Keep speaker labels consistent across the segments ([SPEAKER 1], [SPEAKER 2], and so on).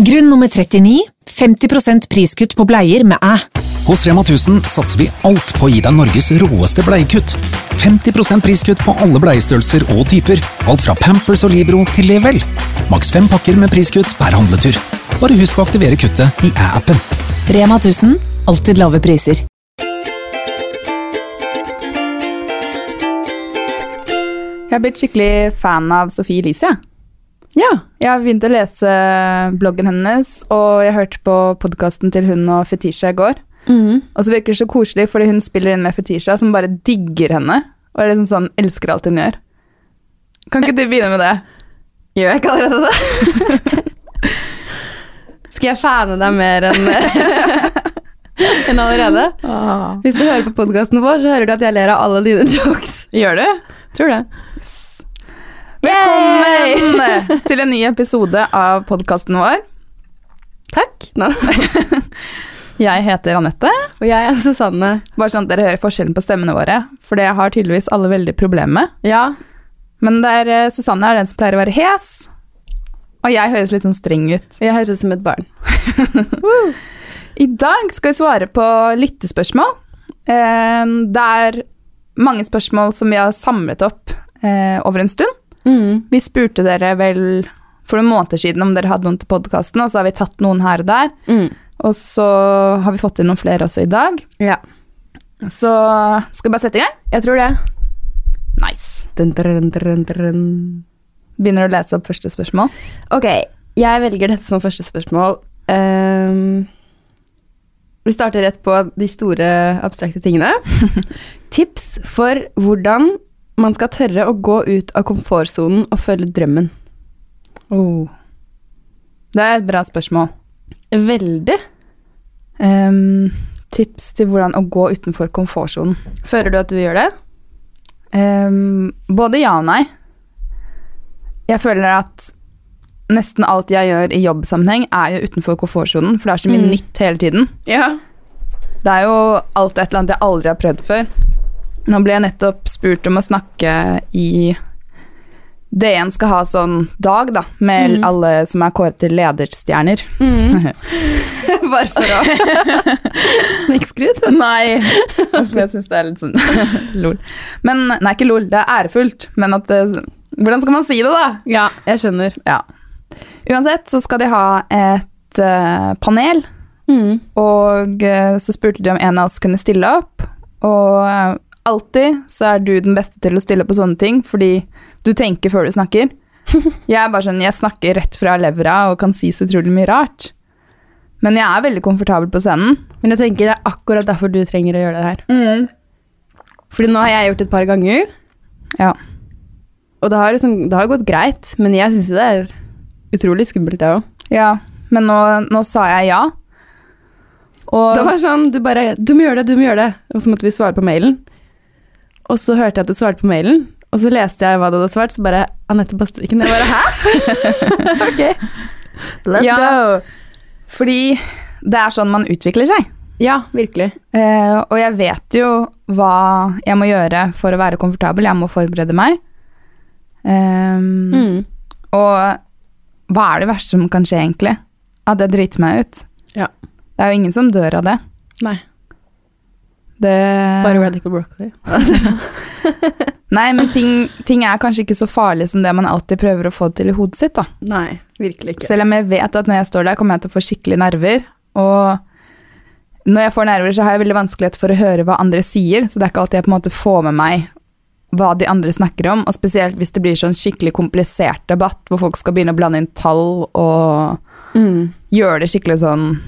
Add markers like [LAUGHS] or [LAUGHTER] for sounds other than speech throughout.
[SPEAKER 1] Grunn nummer 39 50 priskutt på bleier med æ.
[SPEAKER 2] Hos Rema 1000 satser vi alt på å gi deg Norges råeste bleiekutt. 50 priskutt på alle bleiestørrelser og typer. Alt fra Pampers og Libro til Level. Maks fem pakker med priskutt per handletur. Bare husk å aktivere kuttet i æ-appen.
[SPEAKER 1] Rema 1000 alltid lave priser.
[SPEAKER 3] Jeg har blitt skikkelig fan av Sofie Elise. jeg.
[SPEAKER 4] Ja.
[SPEAKER 3] Jeg har begynt å lese bloggen hennes, og jeg hørte på podkasten til hun og Fetisha i går.
[SPEAKER 4] Mm-hmm.
[SPEAKER 3] Og så virker det så koselig, fordi hun spiller inn med Fetisha, som bare digger henne. Og er liksom sånn, elsker alt hun gjør. Kan ikke du begynne med det? Gjør jeg ikke allerede det? [LAUGHS]
[SPEAKER 4] Skal jeg fane deg mer enn
[SPEAKER 3] [LAUGHS]
[SPEAKER 4] enn allerede?
[SPEAKER 3] Ah.
[SPEAKER 4] Hvis du hører på podkasten vår, så hører du at jeg ler av alle dine jokes.
[SPEAKER 3] Gjør du?
[SPEAKER 4] Tror det.
[SPEAKER 3] Velkommen [LAUGHS] til en ny episode av podkasten vår.
[SPEAKER 4] Takk. [LAUGHS] Nå.
[SPEAKER 3] Jeg heter Anette.
[SPEAKER 4] Og jeg er Susanne.
[SPEAKER 3] Bare sånn at dere hører forskjellen på stemmene våre, for det har tydeligvis alle veldig problemer med.
[SPEAKER 4] Ja.
[SPEAKER 3] Men det er, eh, Susanne er den som pleier å være hes, og jeg høres litt sånn streng ut.
[SPEAKER 4] Jeg høres ut som
[SPEAKER 3] [LAUGHS]
[SPEAKER 4] et barn.
[SPEAKER 3] I dag skal vi svare på lyttespørsmål. Eh, Det er mange spørsmål som vi har samlet opp eh, over en stund.
[SPEAKER 4] Mm,
[SPEAKER 3] Vi spurte dere vel for noen måneder siden om dere hadde noen til podkasten, og så har vi tatt noen her og der.
[SPEAKER 4] Mm.
[SPEAKER 3] Og så har vi fått inn noen flere også i dag.
[SPEAKER 4] Ja.
[SPEAKER 3] Så skal vi bare sette i gang?
[SPEAKER 4] Jeg tror det.
[SPEAKER 3] Nice. Begynner du å lese opp første spørsmål?
[SPEAKER 4] Ok, jeg velger dette som første spørsmål. Ehm, vi starter rett på de store, abstrakte [LAUGHS] tingene. Tips for hvordan man skal tørre å gå ut av komfortsonen og følge drømmen. Oh.
[SPEAKER 3] Det er et bra spørsmål.
[SPEAKER 4] Veldig.
[SPEAKER 3] Ehm, tips til hvordan å gå utenfor komfortsonen.
[SPEAKER 4] Føler du at du gjør det?
[SPEAKER 3] Ehm, både ja og nei. Jeg føler at nesten alt jeg gjør i jobbsammenheng, er jo utenfor komfortsonen, for det er så mye
[SPEAKER 4] Mm.
[SPEAKER 3] nytt hele tiden.
[SPEAKER 4] Ja.
[SPEAKER 3] Det er jo alltid et eller annet jeg aldri har prøvd før. Nå ble jeg nettopp spurt om å snakke i DN skal ha sånn dag, da, med alle som er kåret til lederstjerner.
[SPEAKER 4] [LAUGHS]
[SPEAKER 3] [LAUGHS]
[SPEAKER 4] Bare for å [LAUGHS] Snikskryt.
[SPEAKER 3] Nei. For jeg syns det er litt sånn [LAUGHS] lol. Men, nei, ikke lol, det er ærefullt. Men at det, Hvordan skal man si det, da?
[SPEAKER 4] Ja, jeg skjønner.
[SPEAKER 3] Ja. Uansett så skal de ha et eh, panel,
[SPEAKER 4] Mm.
[SPEAKER 3] og eh, så spurte de om en av oss kunne stille opp. Og eh, alltid så er du den beste til å stille opp på sånne ting, fordi du tenker før du snakker. Jeg er bare sånn, jeg snakker rett fra levra og kan si så utrolig mye rart. Men jeg er veldig komfortabel på scenen.
[SPEAKER 4] Men jeg tenker det er akkurat derfor du trenger å gjøre det her. Fordi nå har jeg gjort det et par ganger,
[SPEAKER 3] Ja.
[SPEAKER 4] og det har, liksom, det har gått greit, men jeg syns det er utrolig skummelt, det òg.
[SPEAKER 3] Ja, men nå, nå sa jeg ja. Og
[SPEAKER 4] Det var sånn, du bare Du må gjøre det, du må gjøre det. Og så måtte vi svare på mailen. Og så hørte jeg at du svarte på mailen, og så leste jeg hva du hadde svart, så bare Anette Bastviken. Jeg bare hæ? [LAUGHS] ok. Let's
[SPEAKER 3] Ja.
[SPEAKER 4] go.
[SPEAKER 3] fordi det er sånn man utvikler seg.
[SPEAKER 4] Ja, virkelig.
[SPEAKER 3] Eh, og jeg vet jo hva jeg må gjøre for å være komfortabel. Jeg må forberede meg. Ehm,
[SPEAKER 4] Mm.
[SPEAKER 3] Og hva er det verste som kan skje, egentlig? At det driter meg ut.
[SPEAKER 4] Ja.
[SPEAKER 3] Det er jo ingen som dør av det.
[SPEAKER 4] Nei.
[SPEAKER 3] det
[SPEAKER 4] Bare radical broccoli.
[SPEAKER 3] Nei, men ting, ting er kanskje ikke så farlig som det man alltid prøver å få til i hodet sitt, da.
[SPEAKER 4] Nei, virkelig
[SPEAKER 3] Selv om jeg vet at når jeg står der, kommer jeg til å få skikkelig nerver. Og når jeg får nerver, så har jeg veldig vanskelighet for å høre hva andre sier. Så det er ikke alltid jeg på en måte får med meg hva de andre snakker om. Og spesielt hvis det blir sånn skikkelig komplisert debatt, hvor folk skal begynne å blande inn tall og gjøre det skikkelig sånn
[SPEAKER 4] mm.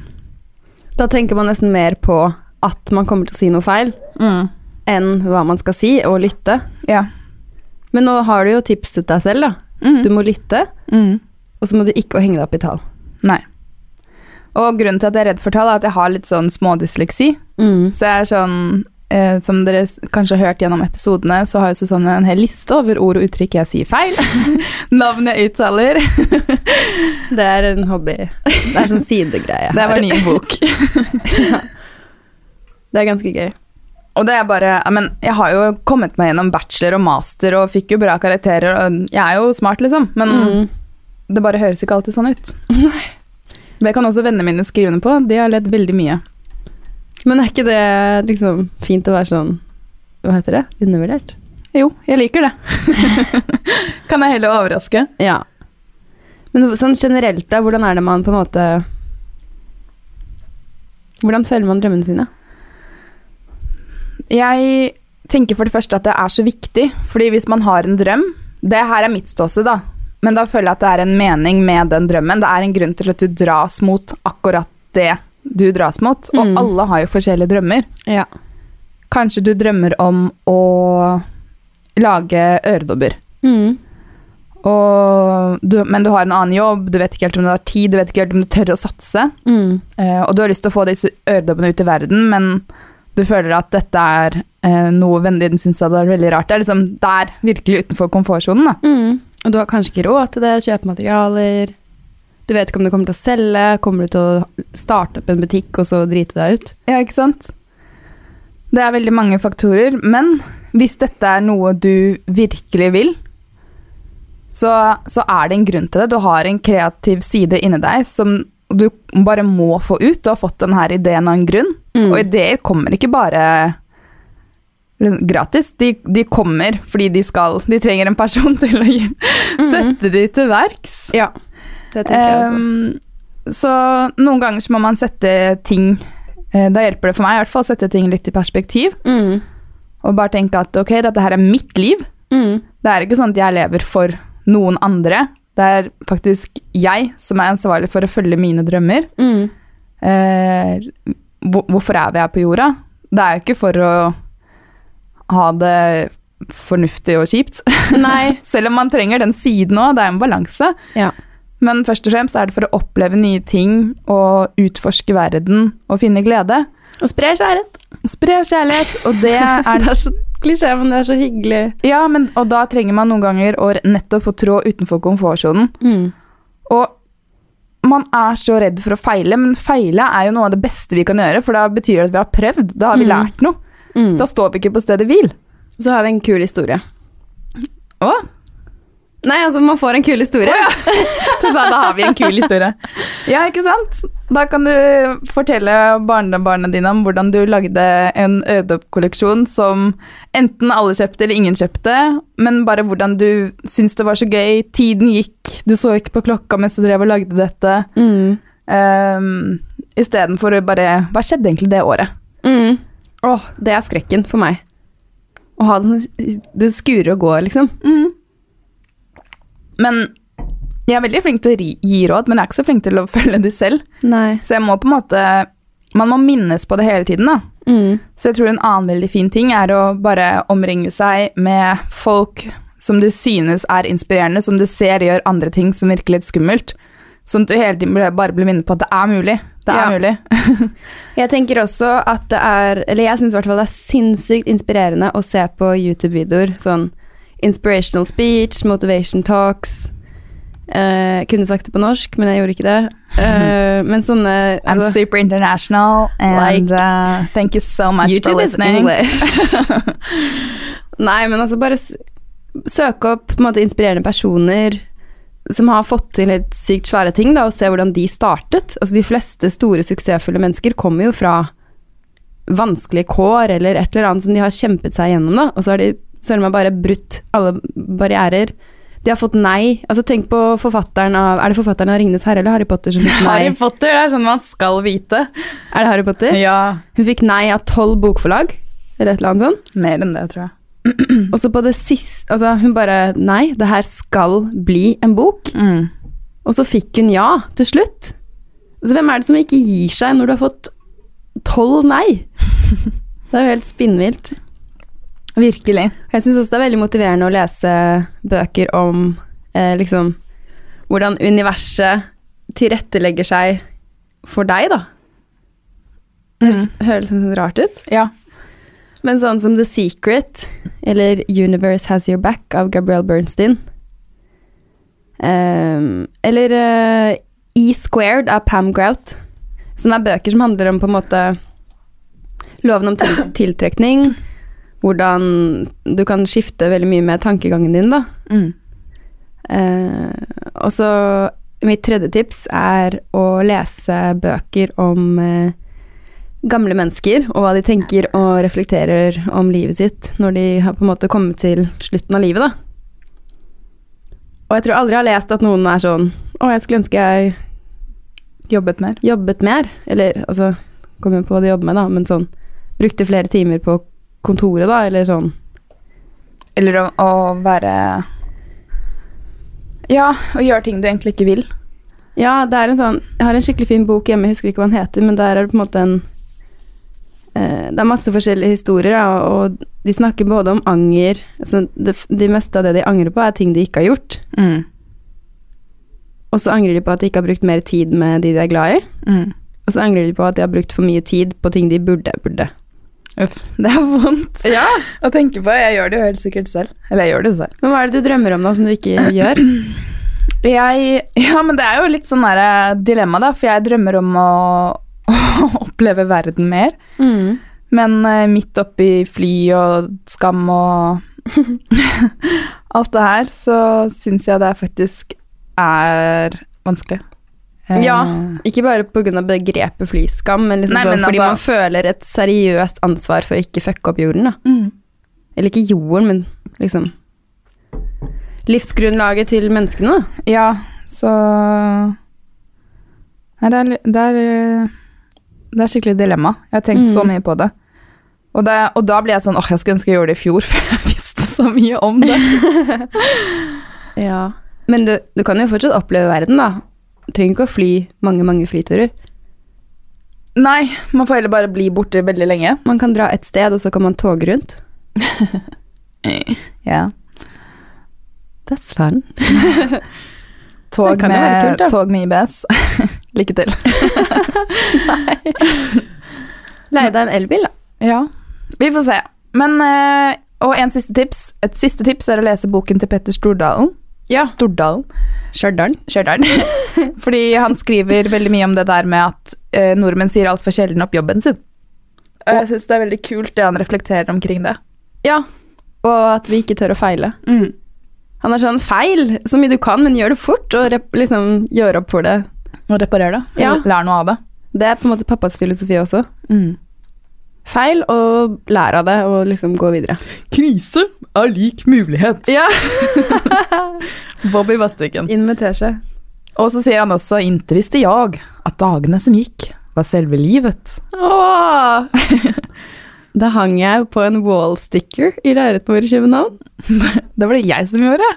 [SPEAKER 4] Da tenker man nesten mer på at man kommer til å si noe feil, enn hva man skal si, og lytte.
[SPEAKER 3] Ja.
[SPEAKER 4] Men nå har du jo tipset deg selv, da.
[SPEAKER 3] Mm.
[SPEAKER 4] Du må lytte, og så må du ikke henge deg opp i tall.
[SPEAKER 3] Nei. Og grunnen til at jeg er redd for tall, er at jeg har litt sånn smådysleksi. Så jeg er sånn eh, Som dere s- kanskje har hørt gjennom episodene, så har jo Susanne en hel liste over ord og uttrykk jeg sier feil. [LAUGHS] Navn jeg uttaler.
[SPEAKER 4] Det er en hobby. Det er sånn sidegreie.
[SPEAKER 3] Det er vår nye [LAUGHS] bok.
[SPEAKER 4] Det er ganske gøy.
[SPEAKER 3] Og det er bare ja, Men jeg har jo kommet meg gjennom bachelor og master og fikk jo bra Mm.
[SPEAKER 4] Mm.
[SPEAKER 3] [LAUGHS] karakterer, og jeg er jo smart, liksom. Men det bare høres ikke alltid sånn ut. Det kan også vennene mine skrive under på. De har ledd veldig mye.
[SPEAKER 4] Men er ikke det liksom fint å være sånn Hva heter det? Undervurdert?
[SPEAKER 3] Jo, jeg liker det. [LAUGHS] kan jeg heller overraske?
[SPEAKER 4] Ja. Men sånn generelt, da, hvordan er det man på en måte Hvordan følger man drømmene sine?
[SPEAKER 3] Jeg tenker for det første at det er så viktig, fordi hvis man har en drøm Det her er mitt ståsted, da, men da føler jeg at det er en mening med den drømmen. Det er en grunn til at du dras mot akkurat det du dras mot, og
[SPEAKER 4] Mm.
[SPEAKER 3] alle har jo forskjellige drømmer.
[SPEAKER 4] Ja.
[SPEAKER 3] Kanskje du drømmer om å lage øredobber,
[SPEAKER 4] Mm.
[SPEAKER 3] og du, men du har en annen jobb, du vet ikke helt om du har tid, du vet ikke helt om du tør å satse.
[SPEAKER 4] Mm.
[SPEAKER 3] Eh, og du har lyst til å få disse øredobbene ut i verden, men du føler at dette er eh, noe vennene dine syns hadde vært veldig rart. Det er liksom der, virkelig utenfor komfortsonen, da.
[SPEAKER 4] Mm. Og du har kanskje ikke råd til det, kjøpe materialer Du vet ikke om du kommer til å selge, kommer du til å starte opp en butikk og så drite deg ut?
[SPEAKER 3] Ja, ikke sant? Det er veldig mange faktorer, men hvis dette er noe du virkelig vil, så, så er det en grunn til det. Du har en kreativ side inni deg som du bare må få ut. Du har fått denne ideen av en grunn, og ideer kommer ikke bare liksom gratis. De, de kommer fordi de skal De trenger en person [LAUGHS] til å gi, sette de til verks.
[SPEAKER 4] Ja, det tenker jeg også.
[SPEAKER 3] Ehm, så noen ganger så må man sette ting eh, Da hjelper det for meg i hvert fall å sette ting litt i perspektiv.
[SPEAKER 4] Mm.
[SPEAKER 3] Og bare tenke at ok, dette her er mitt liv.
[SPEAKER 4] Mm.
[SPEAKER 3] Det er ikke sånn at jeg lever for noen andre. Det er faktisk jeg som er ansvarlig for å følge mine drømmer.
[SPEAKER 4] Mm.
[SPEAKER 3] Eh, hvor- hvorfor er vi her på jorda? Det er jo ikke for å ha det fornuftig og kjipt.
[SPEAKER 4] Nei.
[SPEAKER 3] [LAUGHS] Selv om man trenger den siden òg. Det er en balanse.
[SPEAKER 4] Ja.
[SPEAKER 3] Men først og fremst er det for å oppleve nye ting og utforske verden og finne glede.
[SPEAKER 4] Og sprer kjærlighet.
[SPEAKER 3] Spre kjærlighet, og det
[SPEAKER 4] [LAUGHS]
[SPEAKER 3] er
[SPEAKER 4] Det er så klisjé, men det er så hyggelig.
[SPEAKER 3] Ja, men og da trenger man noen ganger å nettopp å trå utenfor komfortsonen.
[SPEAKER 4] Mm,
[SPEAKER 3] Og man er så redd for å feile, men feile er jo noe av det beste vi kan gjøre, for da betyr det at vi har prøvd. Da har vi
[SPEAKER 4] Mm.
[SPEAKER 3] lært noe.
[SPEAKER 4] Mm.
[SPEAKER 3] Da står vi ikke på stedet hvil.
[SPEAKER 4] Så har vi en kul historie.
[SPEAKER 3] Å,
[SPEAKER 4] Nei, altså, man får en kul historie.
[SPEAKER 3] Så sa jeg, da har vi en kul historie. Ja, ikke sant? Da kan du fortelle barnebarna dine om hvordan du lagde en øredoppkolleksjon som enten alle kjøpte eller ingen kjøpte, men bare hvordan du syntes det var så gøy, tiden gikk, du så ikke på klokka mens du drev og lagde dette,
[SPEAKER 4] Mm.
[SPEAKER 3] um, istedenfor å bare Hva skjedde egentlig det året?
[SPEAKER 4] Mm. Åh, det er skrekken for meg. Å ha det sånn Det skurer og går, liksom.
[SPEAKER 3] Mm. Men jeg er veldig flink til å ri- gi råd, men jeg er ikke så flink til å [LAUGHS] følge de selv.
[SPEAKER 4] Nei.
[SPEAKER 3] Så jeg må på en måte Man må minnes på det hele tiden, da.
[SPEAKER 4] Mm.
[SPEAKER 3] Så jeg tror en annen veldig fin ting er å bare omringe seg med folk som du synes er inspirerende, som du ser gjør andre ting som virker litt skummelt. Sånn at du hele tiden ble- bare blir minnet på at det er mulig. Det er
[SPEAKER 4] Ja.
[SPEAKER 3] mulig. [LAUGHS]
[SPEAKER 4] Jeg tenker også at det er Eller jeg syns i hvert fall det er sinnssykt inspirerende å se på YouTube-videoer. Sånn inspirational speech, motivation talks. Eh, kunne sagt det på norsk, men jeg gjorde ikke det. Eh, men sånne
[SPEAKER 3] I'm
[SPEAKER 4] altså,
[SPEAKER 3] super international, and
[SPEAKER 4] Like,
[SPEAKER 3] uh, thank you so much for
[SPEAKER 4] YouTube is
[SPEAKER 3] listening.
[SPEAKER 4] English. Nei, men altså bare s- søke opp på en måte inspirerende personer som har fått til helt sykt svære ting, da, og se hvordan de startet. Altså De fleste store, suksessfulle mennesker kommer jo fra vanskelige kår eller et eller annet som de har kjempet seg gjennom, da. Og så har de søren meg bare brutt alle barrierer. De har fått nei. Altså Tenk på forfatteren av Er det forfatteren av 'Ringenes herre' eller Harry Potter som fikk
[SPEAKER 3] [LAUGHS] [LAUGHS] Harry
[SPEAKER 4] nei?
[SPEAKER 3] Potter, det er sånn man skal vite.
[SPEAKER 4] Er det Harry Potter?
[SPEAKER 3] Ja,
[SPEAKER 4] Hun fikk nei av tolv bokforlag, eller et eller annet sånt.
[SPEAKER 3] mer enn det, tror jeg.
[SPEAKER 4] Og så på det siste altså Hun bare Nei, det her skal bli en bok. Og så fikk hun ja til slutt. Så hvem er det som ikke gir seg når du har fått tolv nei? Det er jo helt spinnvilt.
[SPEAKER 3] Virkelig.
[SPEAKER 4] Jeg syns også det er veldig motiverende å lese bøker om eh, liksom hvordan universet tilrettelegger seg for deg, da.
[SPEAKER 3] Mm.
[SPEAKER 4] Høres, høres litt rart ut.
[SPEAKER 3] Ja.
[SPEAKER 4] Men sånn som The Secret, eller Universe Has Your Back av Gabrielle Bernstein. Ehm, eller eh, E Squared av Pam Grout. Som er bøker som handler om på en måte loven om til tiltrekning. Hvordan du kan Mm. skifte veldig mye med tankegangen din, da. Eh, og så mitt tredje tips er å lese bøker om eh, gamle mennesker, og hva de tenker og reflekterer om livet sitt når de har på en måte kommet til slutten av livet, da. Og jeg tror aldri jeg har lest at noen er sånn Å, jeg skulle ønske jeg
[SPEAKER 3] Jobbet mer.
[SPEAKER 4] jobbet mer. Eller altså Kommer jo på hva de jobber med, da, men sånn Brukte flere timer på kontoret, da, eller sånn.
[SPEAKER 3] Eller å, å være Ja, å gjøre ting du egentlig ikke vil.
[SPEAKER 4] Ja, det er en sånn Jeg har en skikkelig fin bok hjemme, jeg husker ikke hva den heter, men der er det på en måte en eh, Det er masse forskjellige historier, da, og de snakker både om anger altså det, det meste av det de angrer på, er ting de ikke har gjort. Og så angrer de på at de ikke har brukt mer tid med de de er glad i. Og så angrer de på at de har brukt for mye tid på ting de burde burde.
[SPEAKER 3] Uff. Det er vondt
[SPEAKER 4] Ja.
[SPEAKER 3] å tenke på. Jeg gjør det jo helt sikkert selv. Eller jeg gjør det jo selv.
[SPEAKER 4] Men hva er det du drømmer om da, som du ikke gjør?
[SPEAKER 3] Jeg, ja, men det er jo litt sånn der eh, dilemma, da, for jeg drømmer om å, [LAUGHS] å oppleve verden mer. Men eh, midt oppi fly og skam og [LAUGHS] alt det her, så syns jeg det faktisk er vanskelig. Eh,
[SPEAKER 4] Ja, ikke bare pga. begrepet flyskam, men, liksom
[SPEAKER 3] Nei,
[SPEAKER 4] sånn,
[SPEAKER 3] men
[SPEAKER 4] fordi
[SPEAKER 3] altså-
[SPEAKER 4] man føler et seriøst ansvar for å ikke fucke opp jorden. da.
[SPEAKER 3] Mm.
[SPEAKER 4] Eller ikke jorden, men liksom Livsgrunnlaget til menneskene, da.
[SPEAKER 3] Ja, så Nei, det er, li- det er, eh, det er skikkelig dilemma. Jeg har tenkt
[SPEAKER 4] Mm.
[SPEAKER 3] så mye på det. Og, det. og da blir jeg sånn åh, jeg skulle ønske jeg gjorde det i fjor, [LAUGHS] for jeg visste så mye om det.
[SPEAKER 4] [LAUGHS] Men du, du kan jo fortsatt oppleve verden, da. Trenger ikke å fly mange, mange flyturer.
[SPEAKER 3] Nei, man får heller bare bli borte veldig lenge.
[SPEAKER 4] Man kan dra et sted, og så kan man toge rundt.
[SPEAKER 3] Ja.
[SPEAKER 4] That's fun. Det
[SPEAKER 3] Tog,
[SPEAKER 4] kan jo være
[SPEAKER 3] med,
[SPEAKER 4] kult, da.
[SPEAKER 3] tog med IBS. [LAUGHS] Lykke til.
[SPEAKER 4] Leie deg en elbil, da.
[SPEAKER 3] Ja. Vi får se. Men, eh, og en siste tips. Et siste tips er å lese boken til Petter Stordalen.
[SPEAKER 4] Ja.
[SPEAKER 3] Stordalen.
[SPEAKER 4] Stjørdal.
[SPEAKER 3] Stjørdal. [LAUGHS] Fordi han skriver veldig mye om det der med at eh, nordmenn sier altfor sjelden opp jobben sin. Og jeg syns det er veldig kult det han reflekterer omkring det.
[SPEAKER 4] Ja. Og at vi ikke tør å feile. Mm. Han er sånn feil så mye du kan, men gjør det fort, og rep liksom gjør opp for det.
[SPEAKER 3] Og reparer det.
[SPEAKER 4] Ja.
[SPEAKER 3] Lær noe av det.
[SPEAKER 4] Det er på en måte pappas filosofi også.
[SPEAKER 3] Mm.
[SPEAKER 4] Feil, og lær av det, og liksom gå videre.
[SPEAKER 3] Krise er lik mulighet. [LAUGHS]
[SPEAKER 4] Ja,
[SPEAKER 3] Bobby Vassviken.
[SPEAKER 4] inn med teskje.
[SPEAKER 3] Og så sier han også, inntil visste jeg at dagene som gikk, var selve livet.
[SPEAKER 4] Åh! [LAUGHS] da hang jeg på en wallsticker i leiligheten vår i København.
[SPEAKER 3] Det var det jeg som gjorde.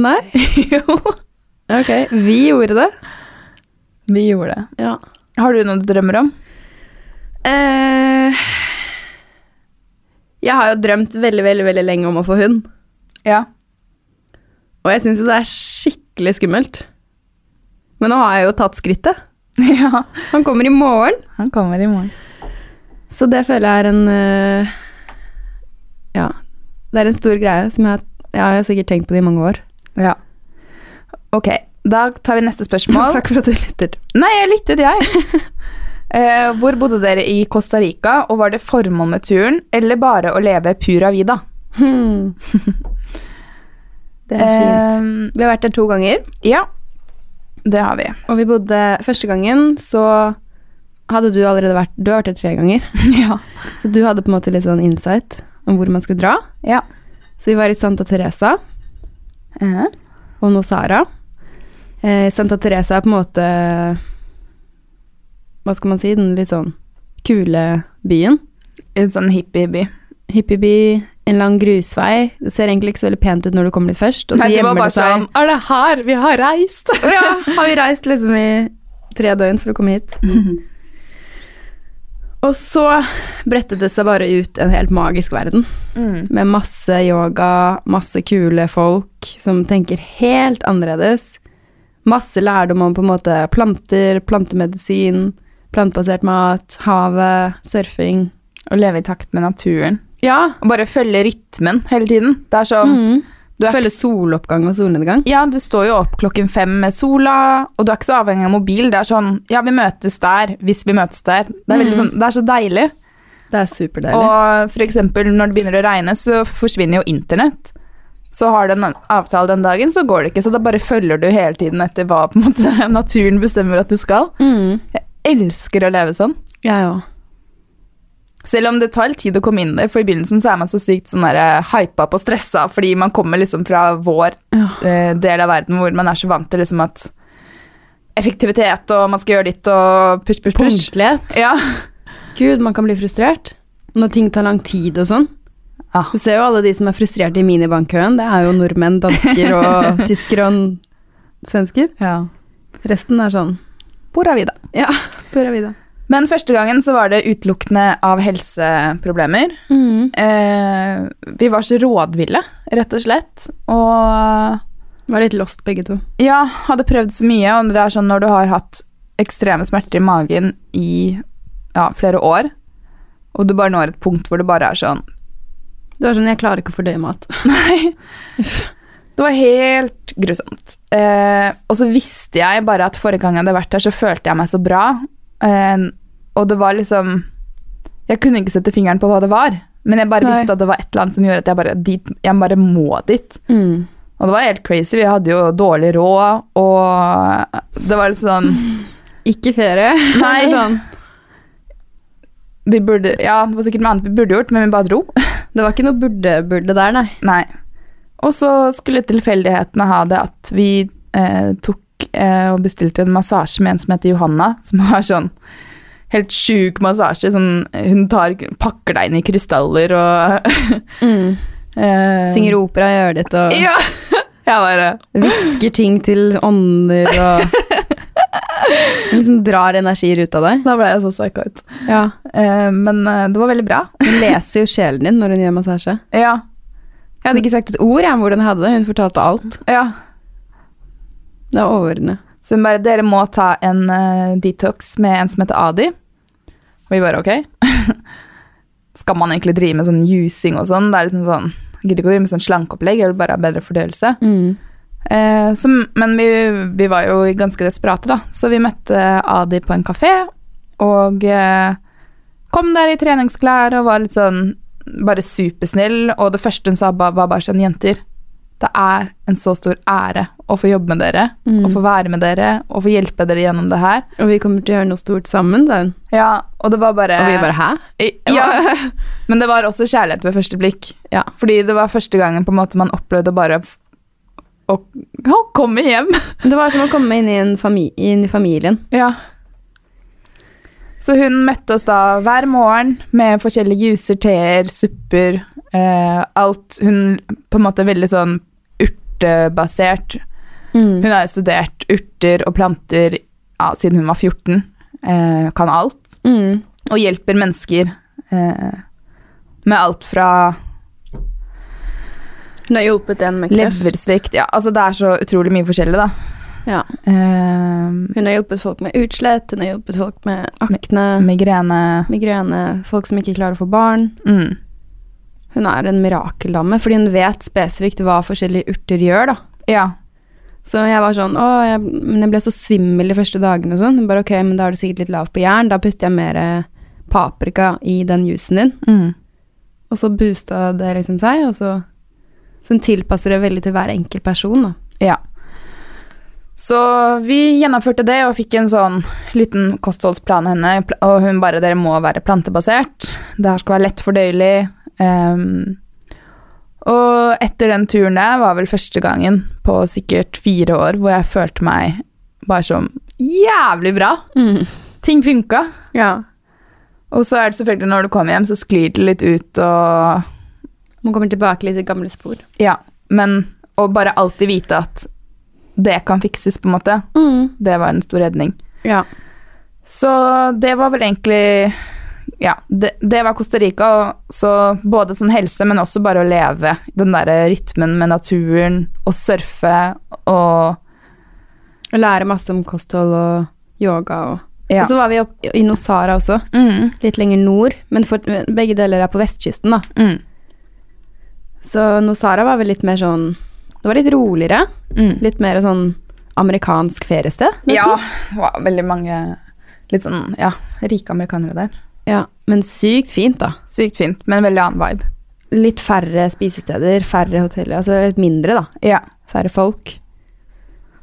[SPEAKER 3] [LAUGHS]
[SPEAKER 4] Nei? jo. Ok, vi gjorde det.
[SPEAKER 3] Vi gjorde det.
[SPEAKER 4] Ja.
[SPEAKER 3] Har du noe du drømmer om?
[SPEAKER 4] Eh, jeg har jo drømt veldig, veldig, veldig lenge om å få hund.
[SPEAKER 3] Ja.
[SPEAKER 4] Og jeg syns jo det er skikkelig skummelt. Men nå har jeg jo tatt skrittet.
[SPEAKER 3] [LAUGHS] ja.
[SPEAKER 4] Han kommer i morgen,
[SPEAKER 3] Han kommer i morgen.
[SPEAKER 4] så det føler jeg er en eh, Ja. Det er en stor greie som jeg, jeg har sikkert tenkt på det i mange år.
[SPEAKER 3] Ja. Ok, da tar vi neste [LAUGHS] spørsmål.
[SPEAKER 4] Takk for at du lytter.
[SPEAKER 3] Nei, jeg lyttet, jeg. [LAUGHS] Eh, hvor bodde dere i Costa Rica, og var det formål med turen, eller bare å leve pura vida? Hmm.
[SPEAKER 4] [LAUGHS] Det er fint. Ehm, vi har vært der to ganger,
[SPEAKER 3] ja, det har
[SPEAKER 4] [LAUGHS]
[SPEAKER 3] vi.
[SPEAKER 4] og vi bodde første gangen, så hadde du allerede vært Du har vært der tre ganger,
[SPEAKER 3] ja.
[SPEAKER 4] så du hadde på en måte litt sånn insight om hvor man skulle dra.
[SPEAKER 3] Ja.
[SPEAKER 4] Så vi var i Santa Teresa og Nosara. Eh, Santa Teresa er på en måte Hva skal man si? Den litt sånn kule byen.
[SPEAKER 3] En sånn hippieby.
[SPEAKER 4] Hippieby, en lang grusvei. Det ser egentlig ikke så veldig pent ut når du kommer dit først. Og så
[SPEAKER 3] Nei, det var
[SPEAKER 4] gjemmer
[SPEAKER 3] bare
[SPEAKER 4] det seg
[SPEAKER 3] sånn, er det her vi har reist?
[SPEAKER 4] ja, har vi reist liksom i tre døgn for å komme [LAUGHS] hit. Og så brettet det seg bare ut en helt magisk verden, med masse yoga, masse kule folk som tenker helt annerledes. Masse lærdom om på en måte planter, plantemedisin, plantebasert mat, havet, surfing.
[SPEAKER 3] Å leve i takt med naturen.
[SPEAKER 4] Ja.
[SPEAKER 3] Og bare følge rytmen hele tiden. Det er sånn du er
[SPEAKER 4] Mm.
[SPEAKER 3] ikke-
[SPEAKER 4] Følge soloppgang og solnedgang.
[SPEAKER 3] Ja, du står jo opp klokken fem med sola, og du er ikke så avhengig av mobil. Det er sånn Ja, vi møtes der, hvis vi møtes der. Det er,
[SPEAKER 4] Mm.
[SPEAKER 3] veldig sånn, det er så deilig.
[SPEAKER 4] Det er superdeilig.
[SPEAKER 3] Og for eksempel når det begynner å regne, så forsvinner jo internett. Så har du en avtale den dagen, så går det ikke. Så da bare følger du hele tiden etter hva på en måte, [LAUGHS] naturen bestemmer at du skal.
[SPEAKER 4] Mm.
[SPEAKER 3] Jeg elsker å leve sånn.
[SPEAKER 4] Jeg òg.
[SPEAKER 3] Selv om det tar litt tid å komme inn i det, for i begynnelsen så er man så sykt sånn der, eh, hypa opp og stressa, fordi man kommer liksom fra vår
[SPEAKER 4] Ja.
[SPEAKER 3] eh, del av verden hvor man er så vant til liksom at effektivitet og man skal gjøre ditt og push, push, push.
[SPEAKER 4] Punktlighet.
[SPEAKER 3] Ja.
[SPEAKER 4] Gud, man kan bli frustrert når ting tar lang tid og sånn.
[SPEAKER 3] Ja.
[SPEAKER 4] Du ser jo alle de som er frustrerte i minibankkøen. Det er jo nordmenn, dansker [LAUGHS] og tyskere og n- svensker. Resten er sånn.
[SPEAKER 3] Hvor er vi, da?
[SPEAKER 4] Ja, hvor er vi da?
[SPEAKER 3] Men første gangen så var det utelukkende av helseproblemer.
[SPEAKER 4] Mm.
[SPEAKER 3] Eh, vi var så rådville, rett og slett. Og
[SPEAKER 4] Var litt lost begge to.
[SPEAKER 3] Ja, hadde prøvd så mye, og det er sånn når du har hatt ekstreme smerter i magen i ja, flere år, og du bare når et punkt hvor det bare er sånn
[SPEAKER 4] Du er sånn, jeg klarer ikke å fordøye mat.
[SPEAKER 3] [LAUGHS] Nei. Det var helt grusomt. Eh, og så visste jeg bare at forrige gang jeg hadde vært her, så følte jeg meg så bra. Eh, og det var liksom Jeg kunne ikke sette fingeren på hva det var, men jeg bare
[SPEAKER 4] Nei.
[SPEAKER 3] visste at det var et eller annet som gjorde at jeg bare, dit, jeg bare må dit.
[SPEAKER 4] Mm. [LAUGHS]
[SPEAKER 3] Og det var helt crazy. Vi hadde jo dårlig råd, og det var litt sånn
[SPEAKER 4] Ikke ferie.
[SPEAKER 3] Nei.
[SPEAKER 4] Eller sånn.
[SPEAKER 3] Vi burde, ja, det var sikkert noe annet vi burde gjort, men vi bare dro.
[SPEAKER 4] Det var ikke noe burde-burde der, nei.
[SPEAKER 3] Nei. Og så skulle tilfeldighetene ha det at vi eh, tok eh, og bestilte en massasje med en som heter Johanna, som har sånn helt sjuk massasje. Sånn, hun tar, pakker deg inn i krystaller og [LAUGHS]
[SPEAKER 4] Mm.
[SPEAKER 3] eh,
[SPEAKER 4] Synger opera i øret ditt og
[SPEAKER 3] Ja! [LAUGHS] Jeg bare
[SPEAKER 4] hvisker ting til ånder [LAUGHS] og Liksom drar energier ut av deg.
[SPEAKER 3] Da ble jeg så psycho ut.
[SPEAKER 4] Ja.
[SPEAKER 3] Eh, men eh, det var veldig bra.
[SPEAKER 4] Hun leser jo sjelen din når hun gjør massasje.
[SPEAKER 3] Ja.
[SPEAKER 4] Jeg hadde ikke sagt et ord jeg, om hvordan jeg hadde det. Hun fortalte alt.
[SPEAKER 3] ja.
[SPEAKER 4] Det var overordnet.
[SPEAKER 3] Så hun bare, dere må ta en eh, detox med en som heter Adi. Og vi bare, ok. [LAUGHS] Skal man egentlig drive med sånn juicing og sånn? Det er liksom sånn, jeg gidder ikke å drive med sånn slankeopplegg, jeg vil bare ha bedre fordøyelse.
[SPEAKER 4] Mm.
[SPEAKER 3] Eh, som, men vi, vi var jo ganske desperate da, så vi møtte Adi på en kafé, og eh, kom der i treningsklær og var litt sånn, bare supersnill, og det første hun sa ba- var bare sånn, jenter, det er en så stor ære å få jobbe med dere,
[SPEAKER 4] Mm.
[SPEAKER 3] å få være med dere, å få hjelpe dere gjennom det her.
[SPEAKER 4] Og vi kommer til å gjøre noe stort sammen, sa hun.
[SPEAKER 3] Ja, og det var bare...
[SPEAKER 4] Og vi bare hæ?
[SPEAKER 3] Ja, [LAUGHS] men det var også kjærlighet ved første blikk.
[SPEAKER 4] Ja.
[SPEAKER 3] Fordi det var første gangen på en måte man opplevde bare f- å, å komme hjem.
[SPEAKER 4] Det var som å komme inn i, en fami inn i familien.
[SPEAKER 3] Ja. Så hun møtte oss da hver morgen med forskjellige juicer, teer, supper, eh, alt. Hun på en måte veldig sånn urtebasert.
[SPEAKER 4] Mm.
[SPEAKER 3] Hun har jo studert urter og planter ja, siden hun var 14. Eh, kan alt.
[SPEAKER 4] Mm.
[SPEAKER 3] Og hjelper mennesker eh, med alt fra
[SPEAKER 4] Hun har hjulpet en med kreft.
[SPEAKER 3] leversvikt Ja, altså det er så utrolig mye forskjellig, da.
[SPEAKER 4] Ja.
[SPEAKER 3] Eh,
[SPEAKER 4] Hun har hjulpet folk med utslett, hun har hjulpet folk med akne,
[SPEAKER 3] migrene
[SPEAKER 4] migrene, folk som ikke klarer å få barn.
[SPEAKER 3] mm.
[SPEAKER 4] Hun er en mirakeldamme, fordi hun vet spesifikt hva forskjellige urter gjør, da.
[SPEAKER 3] Ja.
[SPEAKER 4] Så jeg var sånn, å, jeg, men jeg ble så svimmel de første dagene og sånn. Hun bare, ok, men da er du sikkert litt lav på jern, da putter jeg mer eh, paprika i den jusen din.
[SPEAKER 3] Mm.
[SPEAKER 4] Og så boosta det liksom seg, og så Så hun tilpasser det veldig til hver enkelt person, da.
[SPEAKER 3] Ja. Så vi gjennomførte det og fikk en sånn liten kostholdsplan av henne. pl- Og hun bare 'dere må være plantebasert'. Det her skal være lett fordøyelig. ehm. og etter den turen der var vel første gangen på sikkert fire år hvor jeg følte meg bare som jævlig bra. Ting funka.
[SPEAKER 4] Ja.
[SPEAKER 3] Og så er det selvfølgelig når du kommer hjem, så sklir det litt ut og
[SPEAKER 4] Man kommer tilbake litt i gamle spor.
[SPEAKER 3] Ja. Men å bare alltid vite at det kan fikses, på en måte, det var en stor redning.
[SPEAKER 4] Ja.
[SPEAKER 3] Så det var vel egentlig Ja, det, det var Costa Rica. Og så både sånn helse, men også bare å leve den derre rytmen med naturen og surfe og
[SPEAKER 4] Og lære masse om kosthold og yoga og
[SPEAKER 3] Ja.
[SPEAKER 4] Og så var vi opp i Nosara også,
[SPEAKER 3] mm,
[SPEAKER 4] litt lenger nord. Men for, begge deler er på vestkysten, da.
[SPEAKER 3] mm,
[SPEAKER 4] Så Nosara var vel litt mer sånn Det var litt roligere.
[SPEAKER 3] mm.
[SPEAKER 4] Litt mer sånn amerikansk feriested. nesten.
[SPEAKER 3] Ja. det var Veldig mange litt sånn ja, rike amerikanere der.
[SPEAKER 4] ja. Men sykt fint, da.
[SPEAKER 3] Sykt fint, men veldig annen vibe.
[SPEAKER 4] litt færre spisesteder, færre hoteller, altså litt mindre, da.
[SPEAKER 3] Ja.
[SPEAKER 4] Færre folk.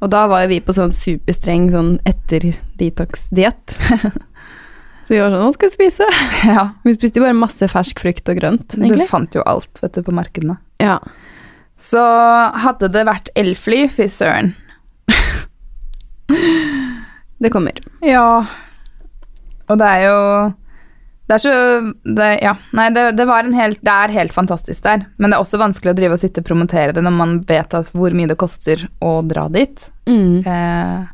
[SPEAKER 4] Og da var jo vi på sånn superstreng sånn etter [LAUGHS] detox-diett. Så vi var sånn Nå skal vi spise. [LAUGHS]
[SPEAKER 3] ja.
[SPEAKER 4] Vi spiste jo bare masse fersk frukt og grønt,
[SPEAKER 3] Du
[SPEAKER 4] egentlig.
[SPEAKER 3] fant jo alt vet du, på markedene.
[SPEAKER 4] Ja.
[SPEAKER 3] Så hadde det vært elfly, fy søren.
[SPEAKER 4] Det kommer.
[SPEAKER 3] Ja. Og det er jo Det er så det, Ja. Nei, det, det var en helt Det er helt fantastisk der. Men det er også vanskelig å drive og sitte og promotere det når man vet at hvor mye det koster å dra dit.
[SPEAKER 4] Mm.
[SPEAKER 3] Eh,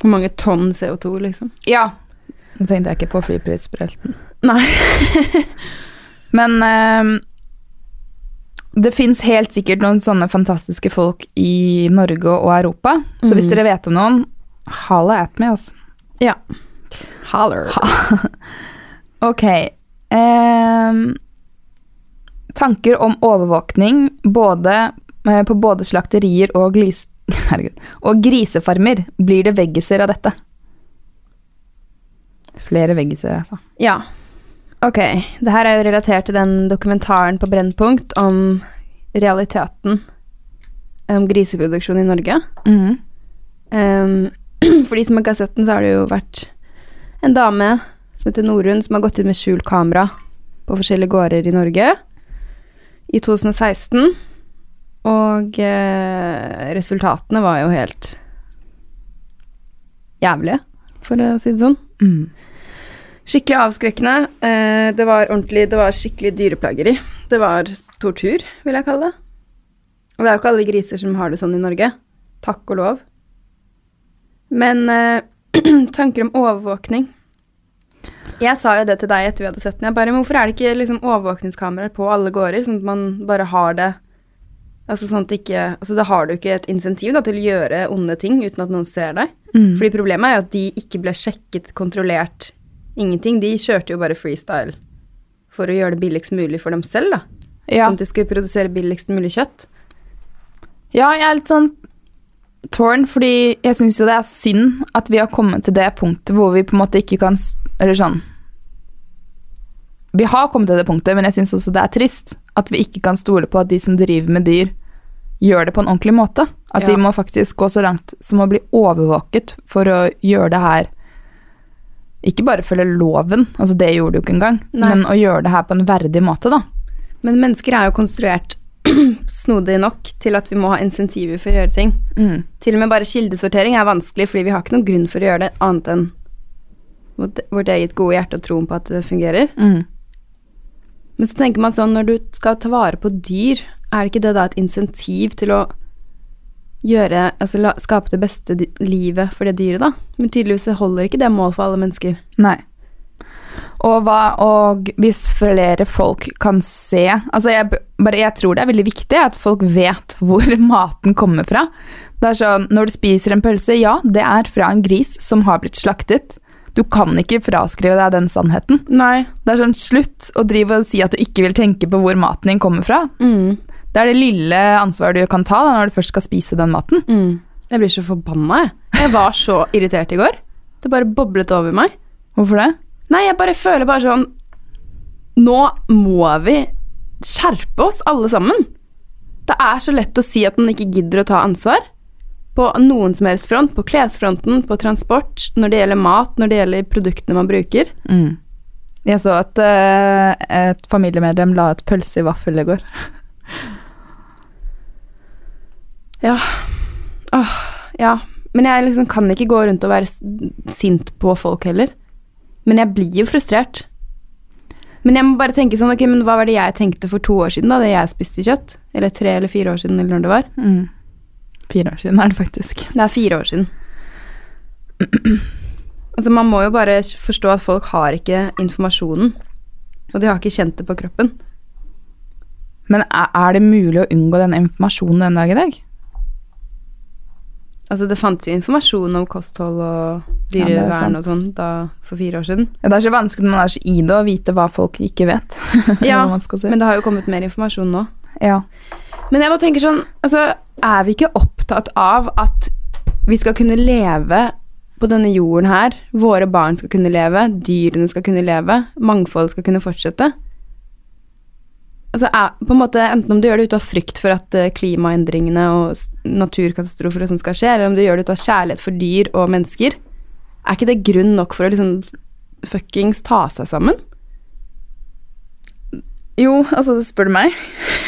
[SPEAKER 4] Hvor mange tonn CO2, liksom?
[SPEAKER 3] ja. Nå tenkte jeg ikke på flyprisspirelten.
[SPEAKER 4] Nei.
[SPEAKER 3] Men eh, det fins helt sikkert noen sånne fantastiske folk i Norge og Europa. Så hvis dere vet om noen, halla at meg, altså.
[SPEAKER 4] [LAUGHS] Ja. Holler.
[SPEAKER 3] [LAUGHS] Ok. ehm, tanker om overvåkning både, eh, på både slakterier og, glis, [LAUGHS] herregud, og grisefarmer. Blir det veggiser av dette? Flere veggiser, altså.
[SPEAKER 4] ja. Ok, det her er jo relatert til den dokumentaren på Brennpunkt om realiteten om griseproduksjon i Norge. Ehm, [CLEARS THROAT] for de som ikke har sett den, så har det jo vært en dame som heter Norun, som har gått inn med skjult kamera på forskjellige gårder i Norge i 2016. Og eh, resultatene var jo helt jævlige, for å si det sånn. Skikkelig avskrekkende. Eh, det var ordentlig, det var skikkelig dyreplageri. Det var tortur, vil jeg kalle det. Og det er jo ikke alle griser som har det sånn i Norge. Takk og lov. Men eh, [CLEARS THROAT] tanker om overvåkning. Jeg sa jo det til deg etter vi hadde sett den. Jeg bare, men hvorfor er det ikke liksom, overvåkningskameraer på alle gårder, sånn at man bare har det Altså sånn at det ikke Altså da har du ikke et insentiv da, til å gjøre onde ting uten at noen ser deg. Fordi problemet er jo at de ikke ble sjekket, kontrollert, ingenting. De kjørte jo bare freestyle for å gjøre det billigst mulig for dem selv, da.
[SPEAKER 3] Ja.
[SPEAKER 4] Sånn at de skulle produsere billigst mulig kjøtt.
[SPEAKER 3] ja, jeg er litt sånn torn, fordi jeg syns jo det er synd at vi har kommet til det punktet hvor vi på en måte ikke kan s- Eller sånn Vi har kommet til det punktet, men jeg syns også det er trist at vi ikke kan stole på at de som driver med dyr, gjør det på en ordentlig måte. At
[SPEAKER 4] Ja.
[SPEAKER 3] de må faktisk gå så langt som å bli overvåket for å gjøre det her Ikke bare følge loven, altså det gjorde du ikke engang,
[SPEAKER 4] Nei.
[SPEAKER 3] men å gjøre det her på en verdig måte, da.
[SPEAKER 4] Men mennesker er jo konstruert [CLEARS THROAT] snodig nok til at vi må ha insentiver for å gjøre ting.
[SPEAKER 3] Mm.
[SPEAKER 4] Til og med bare kildesortering er vanskelig, fordi vi har ikke noen grunn for å gjøre det annet enn vårt vårt eget gode hjerte og troen på at det fungerer.
[SPEAKER 3] Mm.
[SPEAKER 4] Men så tenker man sånn, når du skal ta vare på dyr, er ikke det da et insentiv til å gjøre, altså la, skape det beste dy- livet for det dyret da? Men tydeligvis så holder ikke det mål for alle mennesker.
[SPEAKER 3] Nei. Og, hva, og hvis flere folk kan se altså jeg, b- bare, jeg tror det er veldig viktig at folk vet [LAUGHS] hvor maten kommer fra. Det er sånn, Når du spiser en pølse, ja, det er fra en gris som har blitt slaktet. Du kan ikke fraskrive deg den sannheten.
[SPEAKER 4] Nei.
[SPEAKER 3] Det er sånn, Slutt å drive og si at du ikke vil tenke på hvor maten din kommer fra.
[SPEAKER 4] Mm.
[SPEAKER 3] Det er det lille ansvaret du kan ta da, når du først skal spise den maten.
[SPEAKER 4] Jeg blir så forbanna, jeg. Jeg var så irritert i går. Det bare boblet over meg.
[SPEAKER 3] Hvorfor det?
[SPEAKER 4] Nei, jeg bare føler bare sånn Nå må vi skjerpe oss, alle sammen. Det er så lett å si at man ikke gidder å ta ansvar. På noen som helst front. På klesfronten, på transport, når det gjelder mat, når det gjelder produktene man bruker.
[SPEAKER 3] Jeg så at eh, et familiemedlem la et pølse i vaffel i går.
[SPEAKER 4] Ja. Åh, ja. Men jeg liksom kan ikke gå rundt og være s- sint på folk heller. Men jeg blir jo frustrert. Men jeg må bare tenke sånn, ok, men hva var det jeg tenkte for to år siden da, da jeg spiste kjøtt? Eller tre eller fire år siden, eller når det var?
[SPEAKER 3] Mm. Fire år siden er det faktisk.
[SPEAKER 4] Det er fire år siden. [CLEARS THROAT] altså, man må jo bare forstå at folk har ikke informasjonen. Og de har ikke kjent det på kroppen.
[SPEAKER 3] Men er, er det mulig å unngå den informasjonen den dag i dag?
[SPEAKER 4] Altså, det fantes jo informasjon om kosthold og
[SPEAKER 3] Ja, det er
[SPEAKER 4] dyrevern
[SPEAKER 3] sant.
[SPEAKER 4] og sånn da for fire år siden.
[SPEAKER 3] Ja, det er så vanskelig når man er så i det, å vite hva folk ikke vet. [LAUGHS]
[SPEAKER 4] Ja,
[SPEAKER 3] Hva man skal si.
[SPEAKER 4] men det har jo kommet mer informasjon nå.
[SPEAKER 3] ja.
[SPEAKER 4] Men jeg bare tenker sånn, altså, er vi ikke opptatt av at vi skal kunne leve på denne jorden her? Våre barn skal kunne leve, dyrene skal kunne leve, mangfoldet skal kunne fortsette. altså, er, på en måte, Enten om du gjør det ut av frykt for at eh, klimaendringene og s- naturkatastrofer og sånt skal skje, eller om du gjør det ut av kjærlighet for dyr og mennesker, er ikke det grunn nok for å liksom fuckings ta seg sammen?
[SPEAKER 3] Jo, altså, spør du meg.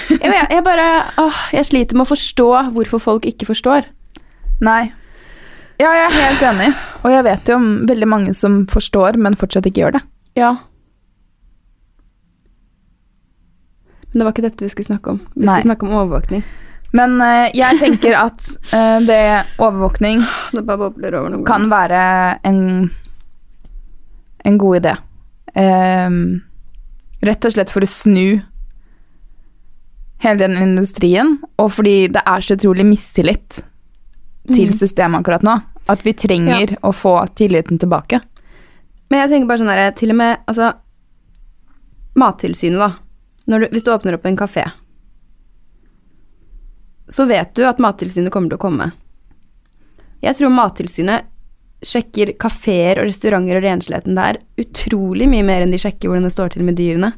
[SPEAKER 4] Jeg, jeg, jeg bare åh, Jeg sliter med å forstå hvorfor folk ikke forstår.
[SPEAKER 3] Nei. Ja, jeg er helt enig. Og jeg vet jo om veldig mange som forstår, men fortsatt ikke gjør det.
[SPEAKER 4] Ja. Men det var ikke dette vi skulle snakke om. Vi
[SPEAKER 3] Nei.
[SPEAKER 4] skulle snakke om overvåkning.
[SPEAKER 3] Men eh, jeg tenker at eh, det overvåkning
[SPEAKER 4] Det bare bobler over noen
[SPEAKER 3] kan være en, en god idé. Ehm, rett og slett for å snu hele den industrien, og fordi det er så utrolig mistillit
[SPEAKER 4] Mm.
[SPEAKER 3] til systemet akkurat nå. At vi trenger å få tilliten tilbake.
[SPEAKER 4] Men jeg tenker bare sånn her, til og med altså, Mattilsynet, da. Når du, hvis du åpner opp en kafé, så vet du at Mattilsynet kommer til å komme. Jeg tror Mattilsynet sjekker kafeer og restauranter og rensligheten der utrolig mye mer enn de sjekker hvordan det står til med dyrene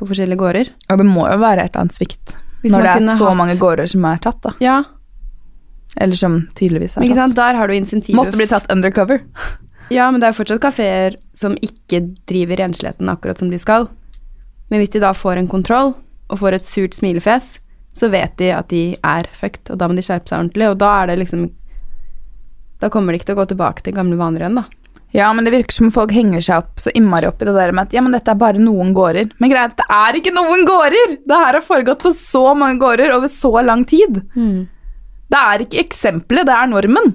[SPEAKER 4] på forskjellige gårder.
[SPEAKER 3] Og det må jo være et eller annet svikt
[SPEAKER 4] Hvis man
[SPEAKER 3] når det er
[SPEAKER 4] kunne
[SPEAKER 3] så
[SPEAKER 4] hatt-
[SPEAKER 3] mange gårder som er tatt, da.
[SPEAKER 4] Ja,
[SPEAKER 3] Eller som tydeligvis er
[SPEAKER 4] ikke
[SPEAKER 3] tatt.
[SPEAKER 4] sant? Der har du insentivet.
[SPEAKER 3] Måtte bli tatt undercover.
[SPEAKER 4] Ja, men det er jo fortsatt kafeer som ikke driver rensligheten akkurat som de skal. Men hvis de da får en kontroll, og får et surt smilefjes, så vet de at de er fucked, og da må de skjerpe seg ordentlig, og da er det liksom Da kommer de ikke til å gå tilbake til gamle vaner igjen, da.
[SPEAKER 3] Ja, men det virker som om folk henger seg opp så innmari opp i det der med at ja, men dette er bare noen gårder. Men greit, det er ikke noen gårder! Det her har foregått på så mange gårder over så lang tid.
[SPEAKER 4] Mm.
[SPEAKER 3] Det er ikke eksempelet, det er normen.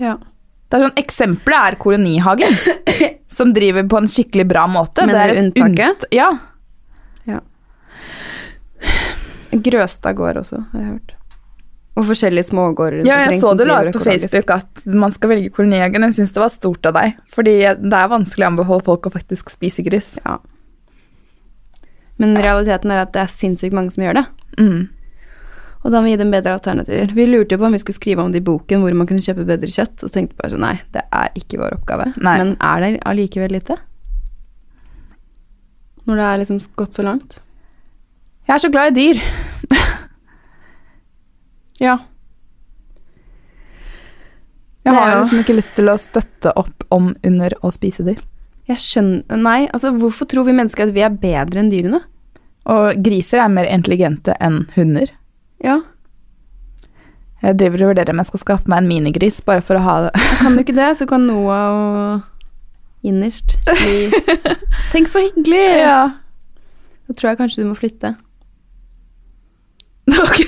[SPEAKER 4] Ja.
[SPEAKER 3] Det er sånn, Eksempelet er kolonihagen,
[SPEAKER 4] [COUGHS]
[SPEAKER 3] som driver på en skikkelig bra måte.
[SPEAKER 4] Mener
[SPEAKER 3] det er
[SPEAKER 4] du
[SPEAKER 3] et
[SPEAKER 4] unntaket?
[SPEAKER 3] unnt- ja.
[SPEAKER 4] Grøstad gård også, har jeg hørt. Og forskjellige smågårder. rundt
[SPEAKER 3] ja, jeg
[SPEAKER 4] omkring
[SPEAKER 3] så
[SPEAKER 4] som
[SPEAKER 3] du la
[SPEAKER 4] driver
[SPEAKER 3] ut på
[SPEAKER 4] økologisk.
[SPEAKER 3] Facebook at man skal velge kolonihagen. Jeg syns det var stort av deg, fordi det er vanskelig å anbefale folk å faktisk spise gris.
[SPEAKER 4] Ja. Men realiteten er at det er sinnssykt mange som gjør det.
[SPEAKER 3] Mm.
[SPEAKER 4] Og da må vi gi dem bedre alternativer. Vi lurte jo på om vi skulle skrive om det i boken, hvor man kunne kjøpe bedre kjøtt, og så tenkte vi bare sånn, nei, det er ikke vår oppgave.
[SPEAKER 3] Nei.
[SPEAKER 4] Men er det allikevel lite? Når det er liksom gått så langt?
[SPEAKER 3] Jeg er så glad i dyr.
[SPEAKER 4] [LAUGHS] Ja.
[SPEAKER 3] Jeg
[SPEAKER 4] Nei,
[SPEAKER 3] har
[SPEAKER 4] ja.
[SPEAKER 3] liksom ikke lyst til å støtte opp om, under og spise dyr.
[SPEAKER 4] Jeg skjønner Nei, altså hvorfor tror vi mennesker at vi er bedre enn dyrene?
[SPEAKER 3] Og griser er mer intelligente enn hunder.
[SPEAKER 4] Ja.
[SPEAKER 3] Jeg driver og vurderer om jeg skal skaffe meg en minigris bare for å ha [LAUGHS] det.
[SPEAKER 4] Kan du ikke det, så kan Noah og innerst bli
[SPEAKER 3] [LAUGHS]
[SPEAKER 4] Tenk så hyggelig! Da tror jeg kanskje du må flytte. [LAUGHS]
[SPEAKER 3] Ok.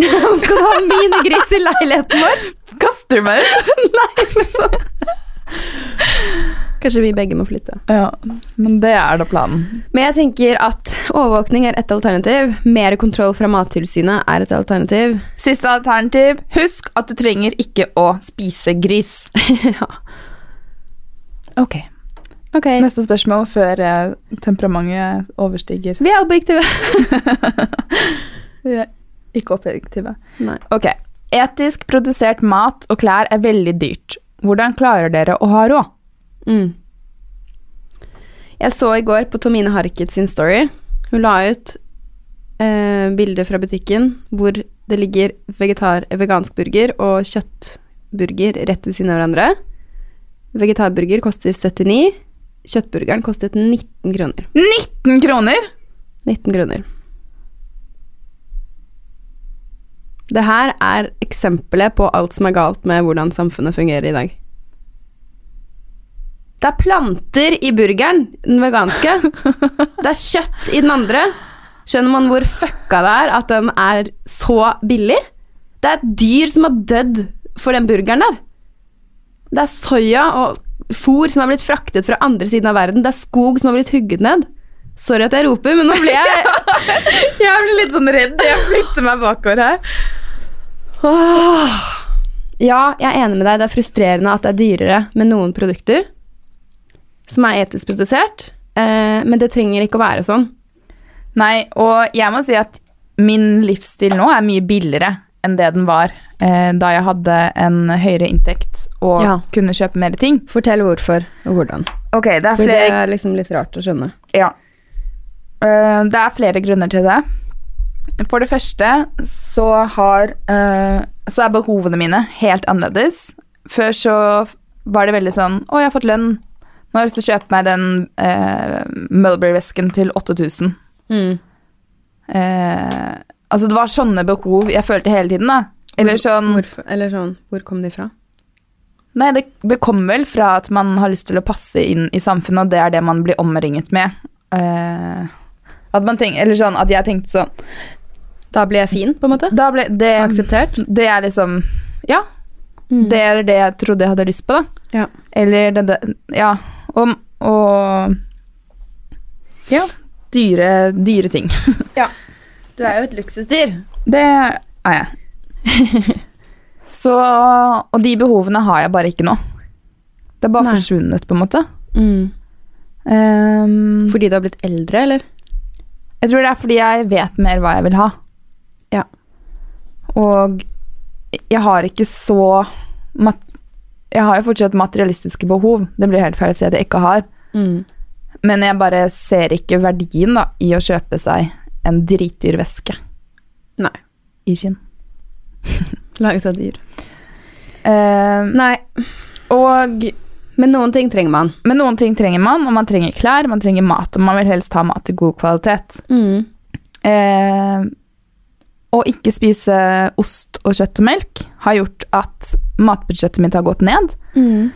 [SPEAKER 4] Nå skal du ha minigris i leiligheten vår!
[SPEAKER 3] Kaster du meg ut? [LAUGHS]
[SPEAKER 4] Kanskje vi begge må flytte.
[SPEAKER 3] Ja, men det er da planen.
[SPEAKER 4] Men jeg tenker at overvåkning er et alternativ. Mer kontroll fra Mattilsynet er et alternativ. [LAUGHS]
[SPEAKER 3] Siste alternativ. Husk at du trenger ikke å spise gris.
[SPEAKER 4] ja.
[SPEAKER 3] Ok.
[SPEAKER 4] Ok.
[SPEAKER 3] Neste spørsmål før eh, temperamentet overstiger.
[SPEAKER 4] Vi er objektive. [LAUGHS]
[SPEAKER 3] Vi er Ikke objektive.
[SPEAKER 4] Nei.
[SPEAKER 3] Ok. Etisk produsert mat og klær er veldig dyrt. Hvordan klarer dere å ha råd?
[SPEAKER 4] Mm. Jeg så i går på Tomine Harket sin story. Hun la ut eh, bilder fra butikken hvor det ligger vegetar, vegansk burger og kjøttburger rett ved siden av hverandre. Vegetarburger koster 79. Kjøttburgeren kostet 19 kroner.
[SPEAKER 3] 19 kroner?
[SPEAKER 4] 19 kroner. Det her er eksempelet på alt som er galt med hvordan samfunnet fungerer i dag. Det er planter i burgeren, den veganske. Det er kjøtt i den andre. Skjønner man hvor fucka det er at den er så billig? Det er et dyr som har dødd for den burgeren der. Det er soya og fôr som har blitt fraktet fra andre siden av verden. Det er skog som har blitt hugget ned. Sorry at jeg roper, men nå ble [LAUGHS] jeg
[SPEAKER 3] Jeg blir litt sånn redd. Jeg flytter meg bakover her.
[SPEAKER 4] Åh. Ja, jeg er enig med deg. Det er frustrerende at det er dyrere med noen produkter som er etisk produsert, eh, men det trenger ikke å være sånn.
[SPEAKER 3] Nei, og jeg må si at min livsstil nå er mye billigere enn det den var eh, da jeg hadde en høyere inntekt og
[SPEAKER 4] Ja.
[SPEAKER 3] kunne kjøpe mer ting.
[SPEAKER 4] Fortell hvorfor og hvordan.
[SPEAKER 3] Ok, det
[SPEAKER 4] For det er liksom litt rart å skjønne.
[SPEAKER 3] Ja. Eh, det er flere grunner til det. For det første så har eh, Så er behovene mine helt annerledes. Før så f- var det veldig sånn Å, jeg har fått lønn. Nå har jeg lyst til å kjøpe meg den uh, Mulberry-vesken til 8000.
[SPEAKER 4] Mm.
[SPEAKER 3] Eh, altså, det var sånne behov jeg følte hele tiden, da. Eller sånn
[SPEAKER 4] Hvorfor, eller sånn, hvor kom de fra?
[SPEAKER 3] Nei, det, det kommer vel fra at man har lyst til å passe inn i samfunnet, og det er det man blir omringet med. Eh, at man tenker, eller sånn, at jeg tenkte sånn
[SPEAKER 4] Da ble jeg fin, på en måte.
[SPEAKER 3] Da ble det
[SPEAKER 4] Akseptert. Mm.
[SPEAKER 3] Det er liksom Ja, det er det jeg trodde jeg hadde lyst på, da.
[SPEAKER 4] Ja.
[SPEAKER 3] Eller det, det Ja. Og, og Ja. Dyre, dyre ting. [LAUGHS]
[SPEAKER 4] Du er jo et luksusdyr.
[SPEAKER 3] Det er jeg.
[SPEAKER 4] [LAUGHS]
[SPEAKER 3] Så Og de behovene har jeg bare ikke nå. Det er bare
[SPEAKER 4] Nei.
[SPEAKER 3] forsvunnet, på en måte.
[SPEAKER 4] Mm.
[SPEAKER 3] Ehm,
[SPEAKER 4] Fordi du har blitt eldre, eller?
[SPEAKER 3] Jeg tror det er fordi jeg vet mer hva jeg vil ha.
[SPEAKER 4] Ja.
[SPEAKER 3] Og jeg har ikke så mat Jeg har jo fortsatt materialistiske behov. Det blir helt feil å si at jeg ikke har.
[SPEAKER 4] Mm.
[SPEAKER 3] Men jeg bare ser ikke verdien da, i å kjøpe seg en dritdyr veske
[SPEAKER 4] Nei.
[SPEAKER 3] i skinn.
[SPEAKER 4] Laget av dyr.
[SPEAKER 3] Eh,
[SPEAKER 4] Nei,
[SPEAKER 3] og,
[SPEAKER 4] men noen ting trenger man.
[SPEAKER 3] men noen ting trenger man, og man trenger klær, man trenger mat, og man vil helst ha mat i god kvalitet.
[SPEAKER 4] Mm.
[SPEAKER 3] Eh, å ikke spise ost og kjøtt og melk har gjort at matbudsjettet mitt har gått ned.
[SPEAKER 4] Mm.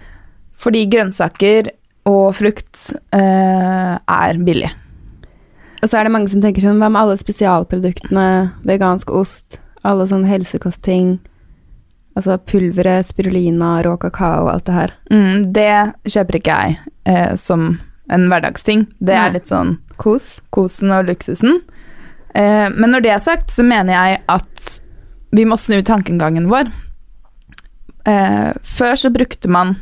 [SPEAKER 3] Fordi grønnsaker og frukt eh, er billig.
[SPEAKER 4] Og så er det mange som tenker sånn, hva med alle spesialproduktene? Vegansk ost, alle sånne helsekostting. Altså pulvere, spirulina, rå kakao, alt det her.
[SPEAKER 3] Mm, det kjøper ikke jeg eh, som en hverdagsting. Det
[SPEAKER 4] Nei.
[SPEAKER 3] er litt sånn
[SPEAKER 4] Kos.
[SPEAKER 3] kosen og luksusen. Eh, men når det er sagt, så mener jeg at vi må snu tankegangen vår. Eh, før så brukte man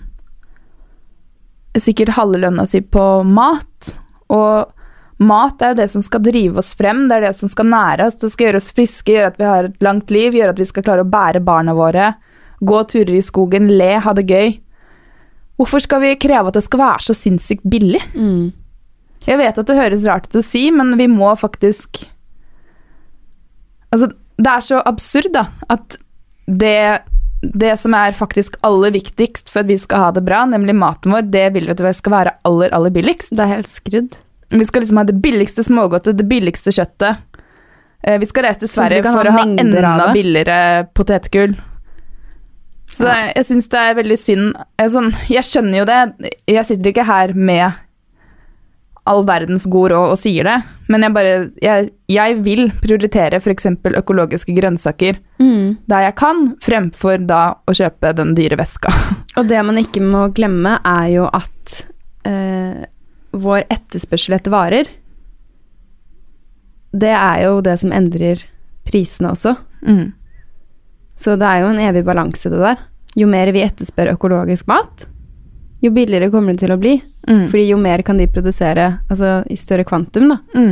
[SPEAKER 3] sikkert halve lønna si på mat, og mat er jo det som skal drive oss frem, det er det som skal nære oss, det skal gjøre oss friske, gjøre at vi har et langt liv, gjøre at vi skal klare å bære barna våre, gå turer i skogen, le, ha det gøy. Hvorfor skal vi kreve at det skal være så sinnssykt billig? Jeg vet at det høres rart ut å si, men vi må faktisk Altså, det er så absurd, da, at det, det som er faktisk aller viktigst for at vi skal ha det bra, nemlig maten vår, det vil vi at det skal være aller, aller billigst.
[SPEAKER 4] Det er helt skrudd.
[SPEAKER 3] Vi skal liksom ha det billigste smågodtet, det billigste kjøttet. Eh, Vi skal reise til
[SPEAKER 4] Sånn at vi
[SPEAKER 3] Sverige
[SPEAKER 4] kan
[SPEAKER 3] for å
[SPEAKER 4] ha
[SPEAKER 3] ha
[SPEAKER 4] mengder
[SPEAKER 3] enda
[SPEAKER 4] av det.
[SPEAKER 3] billigere potetgull. Så det, er- jeg syns det er veldig synd eh, sånn, Jeg skjønner jo det. Jeg sitter ikke her med all verdens god råd og sier det, men jeg bare Jeg, jeg vil prioritere f.eks. økologiske grønnsaker
[SPEAKER 4] Mm.
[SPEAKER 3] der jeg kan, fremfor da å kjøpe den dyre veska.
[SPEAKER 4] Og det man ikke må glemme, er jo at eh, vår etterspørsel etter varer Det er jo det som endrer prisene også. Så det er jo en evig balanse, det der. Jo mer vi etterspør økologisk mat, jo billigere kommer det til å bli.
[SPEAKER 3] Mm.
[SPEAKER 4] Fordi jo mer kan de produsere altså i større kvantum, da.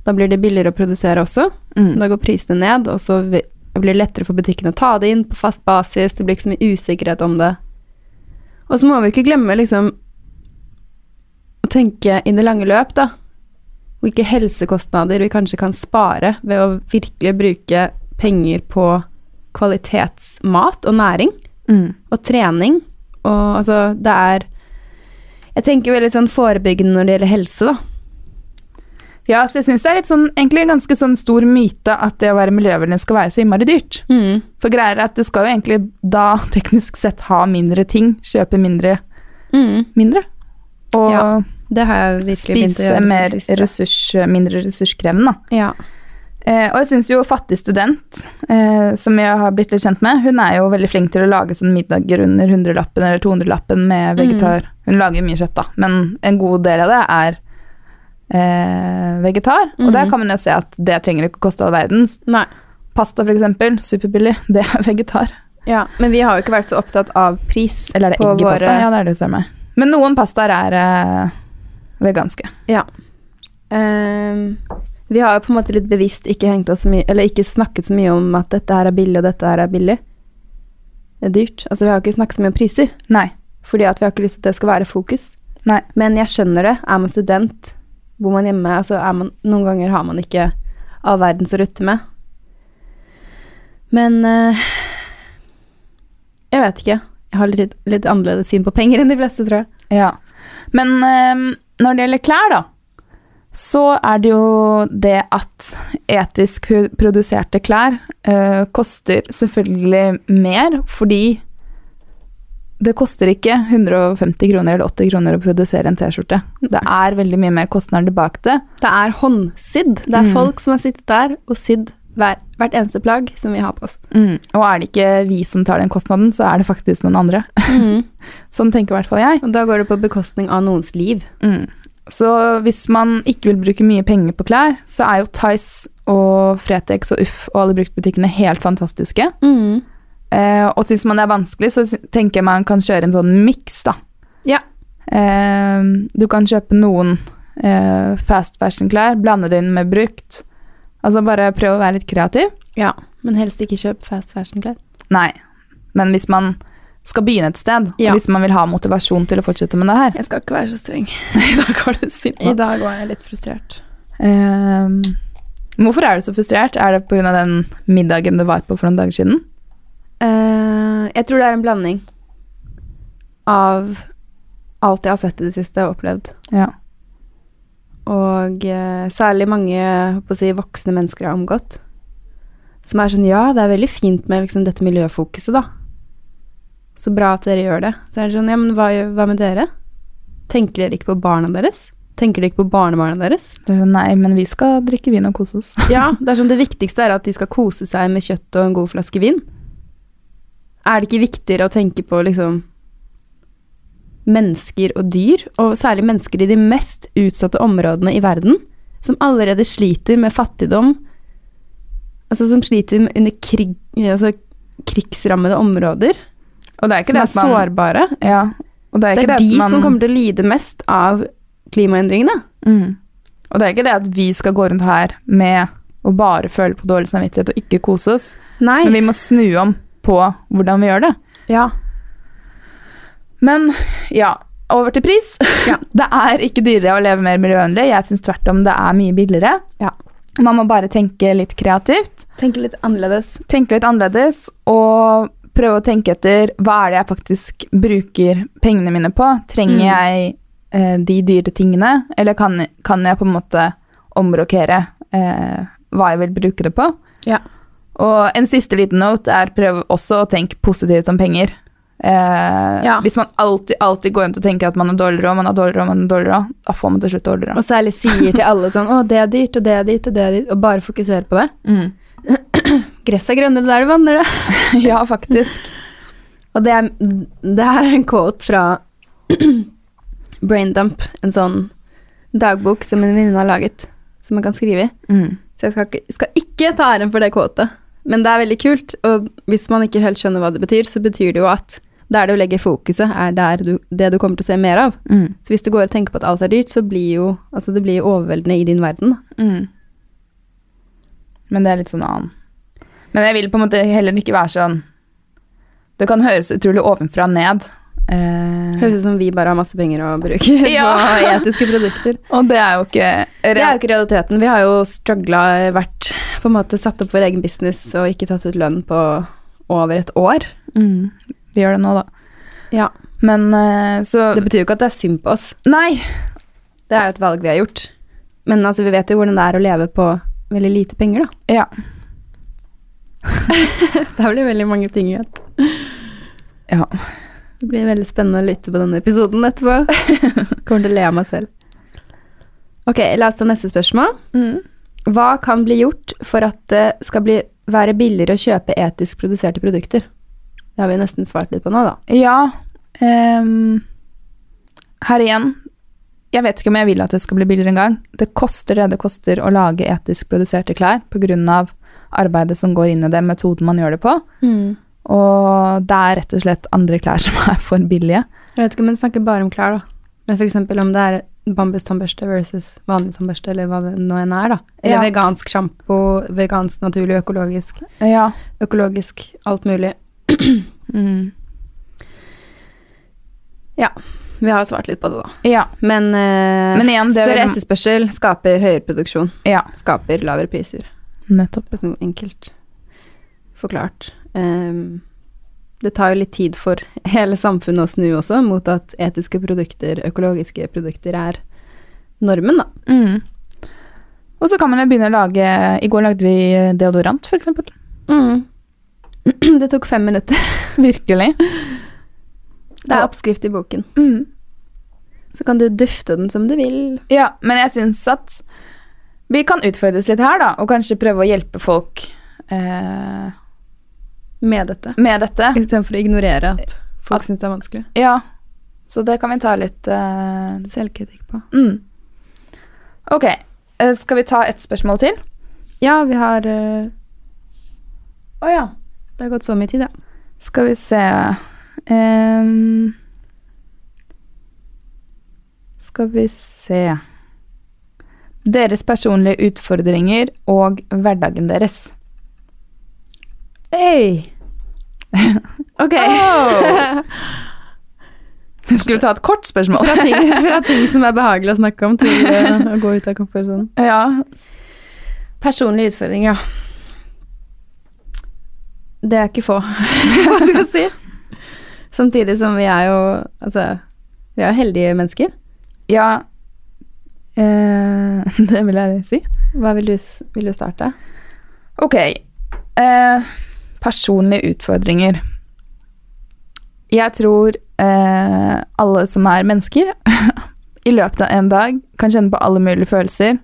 [SPEAKER 4] Da blir det billigere å produsere også.
[SPEAKER 3] Mm.
[SPEAKER 4] Da går prisene ned, og så vi- blir det lettere for butikken å ta det inn på fast basis. Det blir ikke så mye usikkerhet om det. Og så må vi ikke glemme liksom å tenke i det lange løp, da. Hvilke helsekostnader vi kanskje kan spare ved å virkelig bruke penger på kvalitetsmat og næring og trening. Og altså, det er Jeg tenker veldig sånn forebyggende når det gjelder helse, da.
[SPEAKER 3] Ja, så jeg syns det er litt sånn, egentlig en ganske sånn stor myte at det å være miljøvennlig skal være så innmari dyrt. For greier er at du skal jo egentlig da teknisk sett ha mindre ting, kjøpe mindre, mindre og
[SPEAKER 4] Ja, Det har jeg virkelig begynt å
[SPEAKER 3] spise
[SPEAKER 4] gjøre.
[SPEAKER 3] mer
[SPEAKER 4] på det siste.
[SPEAKER 3] ressurs, mindre ressurskrevende. da.
[SPEAKER 4] Ja.
[SPEAKER 3] Eh, og jeg syns jo Fattig student, eh, som jeg har blitt litt kjent med, hun er jo veldig flink til å lage sånne middager under 100-lappen eller 200-lappen med
[SPEAKER 4] Mm.
[SPEAKER 3] vegetar. Hun lager mye kjøtt, da, men en god del av det er eh, vegetar. Og
[SPEAKER 4] Mm.
[SPEAKER 3] der kan man jo se at det trenger ikke å koste all verden.
[SPEAKER 4] Nei.
[SPEAKER 3] Pasta, for eksempel, superbillig, [LAUGHS] det er vegetar.
[SPEAKER 4] Ja, men vi har jo ikke vært så opptatt av pris
[SPEAKER 3] Eller er det
[SPEAKER 4] på
[SPEAKER 3] eggepasta?
[SPEAKER 4] våre
[SPEAKER 3] Ja, det er det jo søren meg. Men noen pastaer er eh, veganske.
[SPEAKER 4] Ja. Ehm, vi har jo på en måte litt bevisst ikke hengt oss så mye Eller ikke snakket så mye om at dette her er billig, og dette her er billig. Det er dyrt. Altså, vi har jo ikke snakket så mye om priser,
[SPEAKER 3] Nei.
[SPEAKER 4] fordi at vi har ikke lyst til at det skal være fokus.
[SPEAKER 3] Nei.
[SPEAKER 4] Men jeg skjønner det. Er man student, bor man hjemme, altså er man, noen ganger har man ikke all verdens å rutte med. Men eh, jeg vet ikke. Jeg har litt, litt annerledes syn på penger enn de fleste, tror jeg.
[SPEAKER 3] Ja. Men eh, når det gjelder klær, da, så er det jo det at etisk pu- produserte klær eh, koster selvfølgelig mer, fordi det koster ikke 150 kroner eller 80 kroner å produsere en T-skjorte. Det er veldig mye mer kostnader bak det.
[SPEAKER 4] Det er håndsydd. Det er folk som har sittet der og sydd hver, hvert eneste plagg som vi har på oss.
[SPEAKER 3] Og er det ikke vi som tar den kostnaden, så er det faktisk noen andre. [LAUGHS] sånn tenker i hvert fall jeg.
[SPEAKER 4] Og da går det på bekostning av noens liv.
[SPEAKER 3] Mm. Så hvis man ikke vil bruke mye penger på klær, så er jo Tice og Fretex og Uff og alle bruktbutikkene helt fantastiske. Eh, og syns man det er vanskelig, så sy- tenker jeg man kan kjøre en sånn miks, da.
[SPEAKER 4] Ja.
[SPEAKER 3] Eh, du kan kjøpe noen eh, fast fashion-klær, blande det inn med brukt. Altså bare prøv å være litt kreativ.
[SPEAKER 4] ja. Men helst ikke kjøp fast fashion-klær.
[SPEAKER 3] Nei, men hvis man skal begynne et sted,
[SPEAKER 4] Ja.
[SPEAKER 3] og hvis man vil ha motivasjon til å fortsette med det her
[SPEAKER 4] Jeg skal ikke være så streng. [LAUGHS]
[SPEAKER 3] I dag har du sinna.
[SPEAKER 4] I dag var jeg litt frustrert.
[SPEAKER 3] Ehm, hvorfor er du så frustrert? Er det pga. den middagen du var på for noen dager siden?
[SPEAKER 4] Eh, jeg tror det er en blanding av alt jeg har sett i det siste og opplevd.
[SPEAKER 3] Ja.
[SPEAKER 4] Og eh, særlig mange jeg håper å si, voksne mennesker jeg har omgått. Som er sånn Ja, det er veldig fint med liksom, dette miljøfokuset, da. Så bra at dere gjør det. Så er det sånn Ja, men hva, gjør- hva med dere? Tenker dere ikke på barna deres? Tenker dere ikke på barnebarna deres?
[SPEAKER 3] Det er sånn, nei, men vi skal drikke vin og kose oss.
[SPEAKER 4] Ja, det er sånn det viktigste er at de skal kose seg med kjøtt og en god flaske vin. Er det ikke viktigere å tenke på liksom mennesker og dyr, og særlig mennesker i de mest utsatte områdene i verden, som allerede sliter med fattigdom, altså som sliter med- under krig, altså krigsrammede områder,
[SPEAKER 3] Og det er ikke
[SPEAKER 4] som
[SPEAKER 3] det
[SPEAKER 4] er
[SPEAKER 3] at man
[SPEAKER 4] sårbare.
[SPEAKER 3] Ja. Og det er,
[SPEAKER 4] Det
[SPEAKER 3] ikke
[SPEAKER 4] er,
[SPEAKER 3] det at
[SPEAKER 4] de
[SPEAKER 3] man,
[SPEAKER 4] som kommer til å lide mest av klimaendringene.
[SPEAKER 3] mm. Og det er ikke det at vi skal gå rundt her med å bare føle på dårlig samvittighet og ikke kose oss,
[SPEAKER 4] Nei.
[SPEAKER 3] men vi må snu om på hvordan vi gjør det.
[SPEAKER 4] ja.
[SPEAKER 3] Men ja, over til pris. [LAUGHS] det er ikke dyrere å leve mer miljøvennlig. Jeg syns tvert om det er mye billigere.
[SPEAKER 4] Ja.
[SPEAKER 3] Man må bare tenke litt kreativt.
[SPEAKER 4] Tenke litt annerledes.
[SPEAKER 3] tenke litt annerledes og prøve å tenke etter hva er det jeg faktisk bruker pengene mine på. Trenger
[SPEAKER 4] Mm.
[SPEAKER 3] jeg eh, de dyre tingene, eller kan, kan jeg på en måte omrokere eh, hva jeg vil bruke det på?
[SPEAKER 4] Ja.
[SPEAKER 3] Og en siste liten note er prøv også å tenke positivt om penger. Eh,
[SPEAKER 4] Ja.
[SPEAKER 3] Hvis man alltid, alltid går rundt og tenker at man har dårlig råd, man har dårlig råd, man har dårlig råd, da får man til slutt dårlig
[SPEAKER 4] Og
[SPEAKER 3] råd.
[SPEAKER 4] særlig sier til alle sånn 'Å, det er dyrt, og det er dyrt, og det er dyrt', og bare fokuserer på det.
[SPEAKER 3] Mm.
[SPEAKER 4] [CLEARS THROAT] Gresset er grønnere der du vanner det.
[SPEAKER 3] ja, faktisk.
[SPEAKER 4] Og det er, det her er en quote fra [CLEARS THROAT] Braindump, en sånn dagbok som en venninne har laget, som man kan skrive i.
[SPEAKER 3] Mm.
[SPEAKER 4] Så jeg skal ikke, skal ikke ta æren for det quotet, men det er veldig kult. Og hvis man ikke helt skjønner hva det betyr, så betyr det jo at der du legger fokuset, er der du, det du kommer til å se mer av.
[SPEAKER 3] Mm.
[SPEAKER 4] Så hvis du går og tenker på at alt er dyrt, så blir jo altså det blir jo overveldende i din verden. da.
[SPEAKER 3] Mm. Men det er litt sånn annen. Men jeg vil på en måte heller ikke være sånn Det kan høres utrolig ovenfra og ned. Eh,
[SPEAKER 4] Høres ut som vi bare har masse penger å bruke [LAUGHS]
[SPEAKER 3] Ja.
[SPEAKER 4] på etiske produkter.
[SPEAKER 3] og det er jo ikke
[SPEAKER 4] Det er jo ikke realiteten. Vi har jo struggla, vært på en måte satt opp vår egen business og ikke tatt ut lønn på over et år.
[SPEAKER 3] mm, Vi gjør det nå, da.
[SPEAKER 4] Ja.
[SPEAKER 3] Men eh, så
[SPEAKER 4] Det betyr jo ikke at det er synd på oss.
[SPEAKER 3] Nei!
[SPEAKER 4] Det er jo et valg vi har gjort. Men altså, vi vet jo hvordan det er å leve på veldig lite penger, da.
[SPEAKER 3] Ja.
[SPEAKER 4] [LAUGHS] Det blir veldig mange ting i ett.
[SPEAKER 3] Ja.
[SPEAKER 4] Det blir veldig spennende å lytte på denne episoden etterpå. [LAUGHS] Kommer til å le av meg selv. Ok, la oss ta neste spørsmål.
[SPEAKER 3] Mm.
[SPEAKER 4] Hva kan bli gjort for at det skal bli, være billigere å kjøpe etisk produserte produkter? Det har vi nesten svart litt på nå, da.
[SPEAKER 3] Ja. ehm, her igjen Jeg vet ikke om jeg vil at det skal bli billigere engang. Det koster det det koster å lage etisk produserte klær pga. arbeidet som går inn i det, metoden man gjør det på. Og det er rett og slett andre klær som er for billige.
[SPEAKER 4] Jeg vet ikke om hun snakker bare om klær, da. Men f.eks. om det er bambustannbørste versus vanlig tannbørste, eller hva det nå enn er, da. Eller
[SPEAKER 3] Ja.
[SPEAKER 4] vegansk sjampo, vegansk, naturlig, økologisk,
[SPEAKER 3] Ja.
[SPEAKER 4] økologisk, alt mulig.
[SPEAKER 3] Mm.
[SPEAKER 4] Ja. Vi har jo svart litt på det, da.
[SPEAKER 3] Ja.
[SPEAKER 4] Men, eh,
[SPEAKER 3] Men igjen, det er
[SPEAKER 4] større
[SPEAKER 3] vel-
[SPEAKER 4] etterspørsel skaper høyere produksjon.
[SPEAKER 3] ja.
[SPEAKER 4] Skaper lavere priser.
[SPEAKER 3] Nettopp.
[SPEAKER 4] Liksom enkelt forklart. Ehm, det tar jo litt tid for [LAUGHS] hele samfunnet å snu også, mot at etiske produkter, økologiske produkter, er normen, da.
[SPEAKER 3] Mm. Og så kan man jo begynne å lage I går lagde vi deodorant, f.eks. Mm.
[SPEAKER 4] [CLEARS THROAT] Det tok fem minutter.
[SPEAKER 3] Virkelig.
[SPEAKER 4] Det er oppskrift i boken.
[SPEAKER 3] Mm.
[SPEAKER 4] Så kan du dufte den som du vil.
[SPEAKER 3] Ja, men jeg syns at vi kan utfordres litt her, da, og kanskje prøve å hjelpe folk eh,
[SPEAKER 4] Med dette.
[SPEAKER 3] med dette.
[SPEAKER 4] Istedenfor å ignorere at folk
[SPEAKER 3] At-
[SPEAKER 4] syns det er vanskelig.
[SPEAKER 3] Ja, så det kan vi ta litt eh,
[SPEAKER 4] Selvkritikk på.
[SPEAKER 3] mm. Ok, eh, skal vi ta et spørsmål til?
[SPEAKER 4] Ja, vi har eh,
[SPEAKER 3] Å ja.
[SPEAKER 4] Det har gått så mye tid, ja.
[SPEAKER 3] Skal vi se Ehm, Skal vi se Deres personlige utfordringer og hverdagen deres.
[SPEAKER 4] Hey. Ok.
[SPEAKER 3] [LAUGHS] Skulle ta et kort spørsmål.
[SPEAKER 4] fra, ting, [LAUGHS] fra ting som er behagelig å snakke om, til eh, å gå ut av komfortsonen.
[SPEAKER 3] [LAUGHS] Ja.
[SPEAKER 4] Personlige utfordringer,
[SPEAKER 3] [LAUGHS]
[SPEAKER 4] ja. Det er ikke få, hva skal jeg si. Samtidig som vi er jo altså, vi er jo heldige mennesker.
[SPEAKER 3] ja. Eh, [LAUGHS] det vil jeg si.
[SPEAKER 4] Hva vil du, s- vil du starte?
[SPEAKER 3] Ok. Eh, personlige utfordringer. Jeg tror eh, alle som er mennesker, [LAUGHS] i løpet av en dag kan kjenne på alle mulige følelser.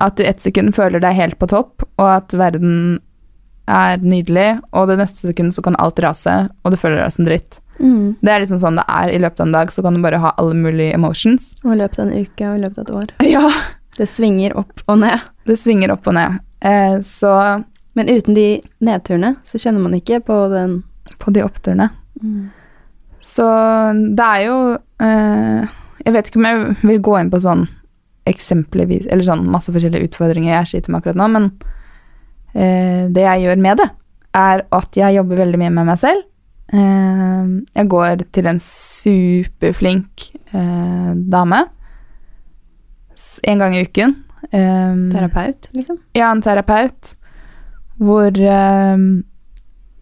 [SPEAKER 3] At du ett sekund føler deg helt på topp, og at verden er nydelig, og det neste sekundet så kan alt rase, og du føler deg som dritt.
[SPEAKER 4] Mm,
[SPEAKER 3] Det er liksom sånn det er i løpet av en dag, så kan du bare ha alle mulige emotions.
[SPEAKER 4] Og i løpet av en uke og i løpet av et år.
[SPEAKER 3] Ja,
[SPEAKER 4] Det svinger opp og ned.
[SPEAKER 3] Det svinger opp og ned. Eh, så
[SPEAKER 4] Men uten de nedturene så kjenner man ikke på den
[SPEAKER 3] på de oppturene.
[SPEAKER 4] Mm.
[SPEAKER 3] Så det er jo eh, Jeg vet ikke om jeg vil gå inn på sånn eksempelvis Eller sånn masse forskjellige utfordringer jeg sliter med akkurat nå, men eh, det jeg gjør med det, er at jeg jobber veldig mye med meg selv. Eh, jeg går til en superflink eh, dame s- en gang i uken. Eh,
[SPEAKER 4] terapeut, liksom.
[SPEAKER 3] ja, en terapeut hvor, eh,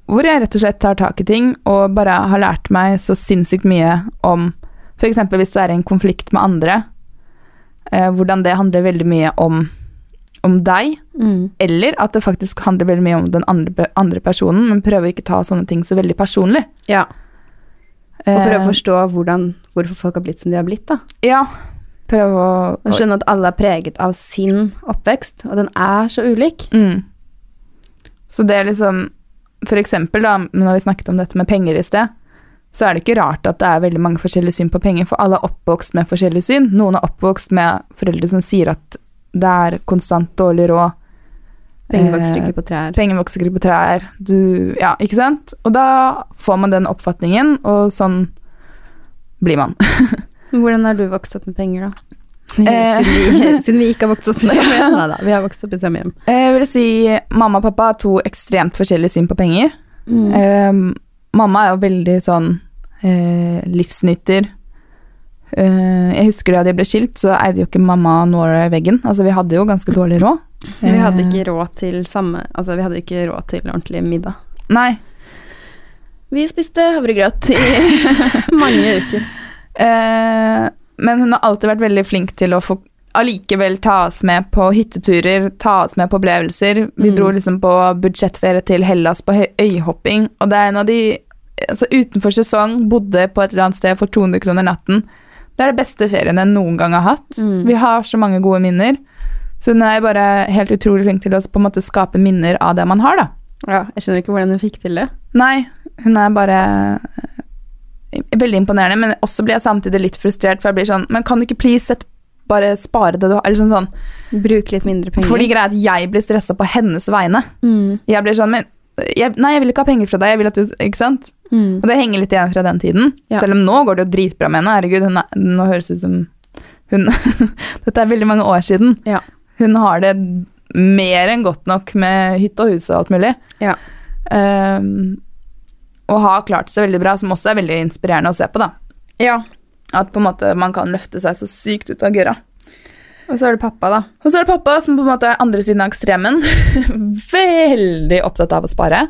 [SPEAKER 3] hvor jeg rett og slett tar tak i ting og bare har lært meg så sinnssykt mye om f.eks. hvis du er i en konflikt med andre, eh, hvordan det handler veldig mye om, om deg,
[SPEAKER 4] Mm.
[SPEAKER 3] eller at det faktisk handler veldig mye om den andre, andre personen, men prøve å ikke ta sånne ting så veldig personlig.
[SPEAKER 4] Ja, og prøve
[SPEAKER 3] Eh,
[SPEAKER 4] å forstå hvordan, hvorfor folk har blitt som de har blitt, da.
[SPEAKER 3] ja, prøve å,
[SPEAKER 4] Og skjønne at alle er preget av sin oppvekst, og den er så ulik.
[SPEAKER 3] Mm. Så det er liksom For eksempel, da, når vi snakket om dette med penger i sted, så er det ikke rart at det er veldig mange forskjellige syn på penger, for alle er oppvokst med forskjellige syn. Noen er oppvokst med foreldre som sier at det er konstant dårlig råd,
[SPEAKER 4] Pengebakstrykker på trær.
[SPEAKER 3] penger vokser ikke på trær, du Ja, ikke sant? Og da får man den oppfatningen, og sånn blir man. [LAUGHS]
[SPEAKER 4] Men hvordan har du vokst opp med penger, da?
[SPEAKER 3] Eh.
[SPEAKER 4] [LAUGHS] siden, vi, siden vi ikke har vokst opp i samme hjem. Neida, vi har vokst opp i samme hjem.
[SPEAKER 3] Jeg vil si mamma og pappa har to ekstremt forskjellige syn på penger.
[SPEAKER 4] Mm.
[SPEAKER 3] Eh, mamma er jo veldig sånn eh, livsnytter. Eh, jeg husker da de ble skilt, så eide jo ikke mamma Nora veggen. Altså, vi hadde jo ganske dårlig råd.
[SPEAKER 4] Vi hadde
[SPEAKER 3] Eh,
[SPEAKER 4] ikke råd til samme Altså, vi hadde ikke råd til ordentlig middag.
[SPEAKER 3] Eh, Nei.
[SPEAKER 4] Vi spiste havregrøt i [LAUGHS] mange uker.
[SPEAKER 3] Eh, men hun har alltid vært veldig flink til å få allikevel ta oss med på hytteturer, ta oss med på opplevelser. Vi
[SPEAKER 4] Mm.
[SPEAKER 3] dro liksom på budsjettferie til Hellas på høy- øyhopping, og det er en av de altså utenfor sesong, bodde på et eller annet sted for 200 kroner natten. Det er det beste ferien jeg noen gang har hatt.
[SPEAKER 4] Mm.
[SPEAKER 3] Vi har så mange gode minner. Så hun er bare helt utrolig flink til å på en måte skape minner av det man har, da.
[SPEAKER 4] Ja, jeg skjønner ikke hvordan hun fikk til det.
[SPEAKER 3] Nei, hun er bare eh, veldig imponerende, men også blir jeg samtidig litt frustrert, for jeg blir sånn, men kan du ikke please sette, bare spare det du har, eller sånn sånn.
[SPEAKER 4] Bruke litt mindre penger.
[SPEAKER 3] Fordi greia er at jeg blir stresset på hennes vegne.
[SPEAKER 4] Mm,
[SPEAKER 3] Jeg blir sånn, men jeg, nei, jeg vil ikke ha penger fra deg, jeg vil at du, ikke sant?
[SPEAKER 4] mm.
[SPEAKER 3] Og det henger litt igjen fra den tiden.
[SPEAKER 4] Ja.
[SPEAKER 3] Selv om nå går det jo dritbra med henne, herregud, hun er, nå høres det ut som hun, [LAUGHS] dette er veldig mange år siden.
[SPEAKER 4] Ja.
[SPEAKER 3] Hun har det mer enn godt nok med hytte og hus og alt mulig.
[SPEAKER 4] Ja.
[SPEAKER 3] Ehm, og har klart seg veldig bra, som også er veldig inspirerende å se på, da.
[SPEAKER 4] Ja.
[SPEAKER 3] At på en måte man kan løfte seg så sykt ut av gørra.
[SPEAKER 4] Og så er det pappa, da.
[SPEAKER 3] Og så er det pappa som på en måte er andre siden av ekstremen. [LAUGHS] veldig opptatt av å spare.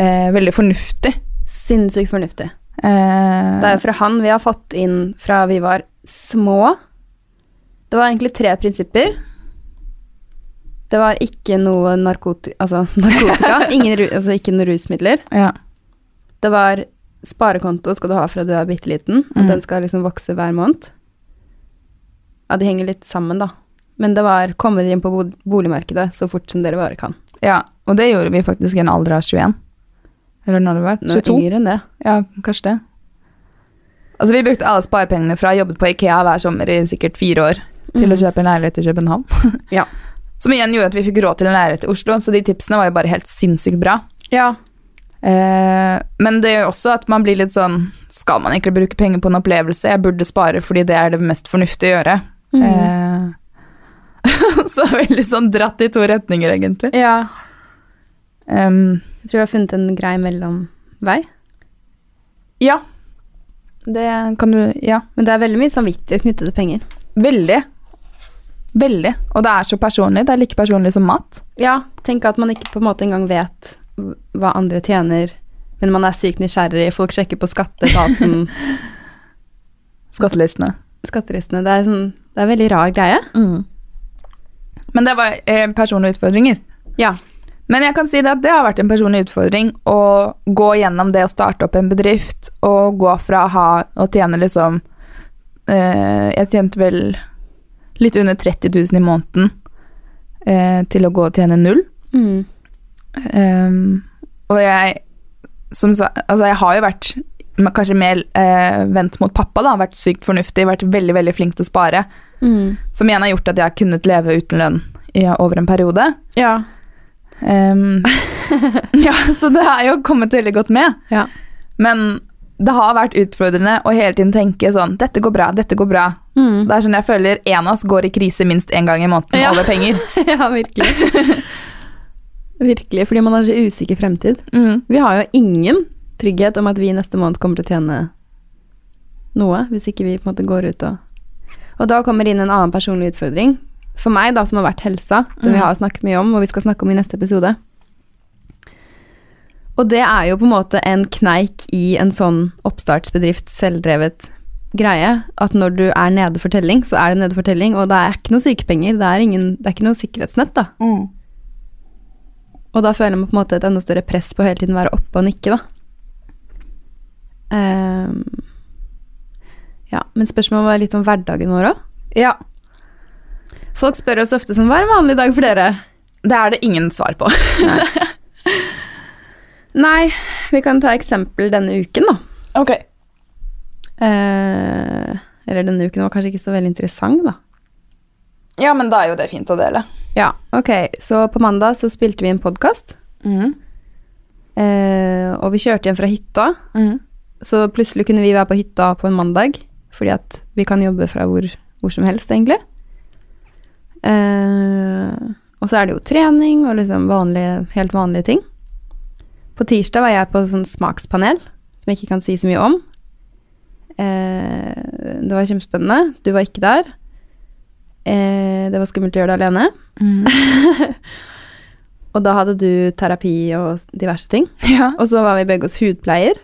[SPEAKER 3] Eh, veldig fornuftig.
[SPEAKER 4] Sinnssykt fornuftig.
[SPEAKER 3] Eh,
[SPEAKER 4] Det er jo fra han vi har fått inn fra vi var små. Det var egentlig tre prinsipper. Det var ikke noe narkoti altså, [LAUGHS] narkotika, ingen ru altså ikke noen rusmidler.
[SPEAKER 3] ja.
[SPEAKER 4] Det var sparekonto skal du ha fra du er bitte liten,
[SPEAKER 3] Mm.
[SPEAKER 4] at den skal liksom vokse hver måned. Ja, de henger litt sammen, da. Men det var komme dere inn på bo boligmarkedet så fort som dere bare kan.
[SPEAKER 3] ja. Og det gjorde vi faktisk i en alder av 21. Eller når det var?
[SPEAKER 4] Nå er
[SPEAKER 3] 22?
[SPEAKER 4] Yngre enn det.
[SPEAKER 3] Ja, kanskje det. Altså, vi brukte alle sparepengene fra jobbet på Ikea hver sommer i sikkert fire år til å
[SPEAKER 4] Mhm.
[SPEAKER 3] kjøpe en leilighet i København. [LAUGHS]
[SPEAKER 4] Ja.
[SPEAKER 3] Som igjen gjorde at vi fikk råd til en leilighet i Oslo, så de tipsene var jo bare helt sinnssykt bra.
[SPEAKER 4] Ja.
[SPEAKER 3] Eh, men det gjør også at man blir litt sånn Skal man egentlig bruke penger på en opplevelse? Jeg burde spare fordi det er det mest fornuftige å gjøre. Eh, [LAUGHS] så veldig sånn dratt i to retninger, egentlig.
[SPEAKER 4] ja.
[SPEAKER 3] Em,
[SPEAKER 4] Jeg tror jeg har funnet en grei mellomvei.
[SPEAKER 3] ja. Det kan du Ja.
[SPEAKER 4] Men det er veldig mye samvittighet knyttet til penger.
[SPEAKER 3] Veldig. Veldig. Og det er så personlig. Det er like personlig som mat.
[SPEAKER 4] Ja, tenk at man ikke på en måte engang vet hva andre tjener, men man er sykt nysgjerrig, folk sjekker på skatteetaten,
[SPEAKER 3] [LAUGHS] Skattelistene.
[SPEAKER 4] skatteristene. Det er, sånn, det er en veldig rar greie.
[SPEAKER 3] Men det var eh, personlige utfordringer.
[SPEAKER 4] Ja.
[SPEAKER 3] Men jeg kan si det at det har vært en personlig utfordring å gå gjennom det å starte opp en bedrift og gå fra å ha å tjene liksom eh, Jeg tjente vel litt under 30 000 i måneden eh, til å gå og tjene null.
[SPEAKER 4] Mm.
[SPEAKER 3] Ehm, og jeg, som sa, altså jeg har jo vært men kanskje mer eh, vendt mot pappa, da. Vært sykt fornuftig, vært veldig veldig flink til å spare.
[SPEAKER 4] Mm.
[SPEAKER 3] Som igjen har gjort at jeg har kunnet leve uten lønn i over en periode.
[SPEAKER 4] Ja.
[SPEAKER 3] [LAUGHS] Ehm, ja, så det er jo kommet veldig godt med.
[SPEAKER 4] Ja.
[SPEAKER 3] Men det har vært utfordrende å hele tiden tenke sånn Dette går bra, dette går bra.
[SPEAKER 4] Mm.
[SPEAKER 3] Det er sånn jeg føler en av oss går i krise minst én gang i måneden og
[SPEAKER 4] Ja.
[SPEAKER 3] holder [LAUGHS] penger.
[SPEAKER 4] [LAUGHS] ja, virkelig. [LAUGHS] virkelig, fordi man har så usikker fremtid.
[SPEAKER 3] Mm.
[SPEAKER 4] Vi har jo ingen trygghet om at vi neste måned kommer til å tjene noe, hvis ikke vi på en måte går ut og Og da kommer inn en annen personlig utfordring. For meg, da, som har vært helsa, som vi har snakket mye om, og vi skal snakke om i neste episode. Og det er jo på en måte en kneik i en sånn oppstartsbedrift, selvdrevet greie, at når du er nede for telling, så er det nede for telling, og det er ikke noe sykepenger, det er, ingen, det er ikke noe sikkerhetsnett, da.
[SPEAKER 3] Mm.
[SPEAKER 4] Og da føler man på en måte et enda større press på å hele tiden være oppe og nikke, da. Ehm, ja, men spørsmålet var litt om hverdagen vår òg.
[SPEAKER 3] Ja.
[SPEAKER 4] Folk spør oss ofte sånn Hva er en vanlig dag for dere?
[SPEAKER 3] Det er det ingen svar på.
[SPEAKER 4] Nei, vi kan ta eksempel denne uken, da.
[SPEAKER 3] ok.
[SPEAKER 4] Eh, eller denne uken var kanskje ikke så veldig interessant, da.
[SPEAKER 3] Ja, men da er jo det fint å dele.
[SPEAKER 4] Ja, ok. Så på mandag så spilte vi en podkast,
[SPEAKER 3] Mm,
[SPEAKER 4] og vi kjørte hjem fra hytta.
[SPEAKER 3] mm.
[SPEAKER 4] Så plutselig kunne vi være på hytta på en mandag, fordi at vi kan jobbe fra hvor, hvor som helst, egentlig. Eh, og så er det jo trening og liksom vanlige, helt vanlige ting. På tirsdag var jeg på sånn smakspanel, som jeg ikke kan si så mye om. Eh, det var kjempespennende. Du var ikke der. Eh, det var skummelt å gjøre det alene. [LAUGHS] og da hadde du terapi og s- diverse ting.
[SPEAKER 3] [LAUGHS] Ja. Mm,
[SPEAKER 4] Og så var vi begge hos hudpleier.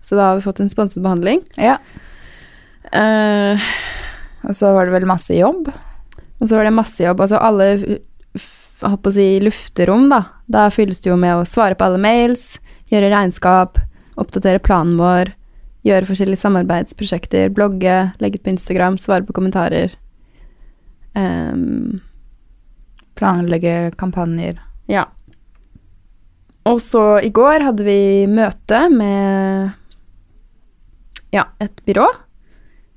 [SPEAKER 4] Så da har vi fått en sponset behandling.
[SPEAKER 3] ja.
[SPEAKER 4] Eh,
[SPEAKER 3] Og så var det vel masse jobb.
[SPEAKER 4] og så var det masse jobb. Altså alle f- f- holdt på å si, lufterom, da. Da fylles det jo med å svare på alle mails, gjøre regnskap, oppdatere planen vår, gjøre forskjellige samarbeidsprosjekter, blogge, legge ut på Instagram, svare på kommentarer. Ehm,
[SPEAKER 3] Planlegge kampanjer.
[SPEAKER 4] ja. Og så i går hadde vi møte med ja, et byrå.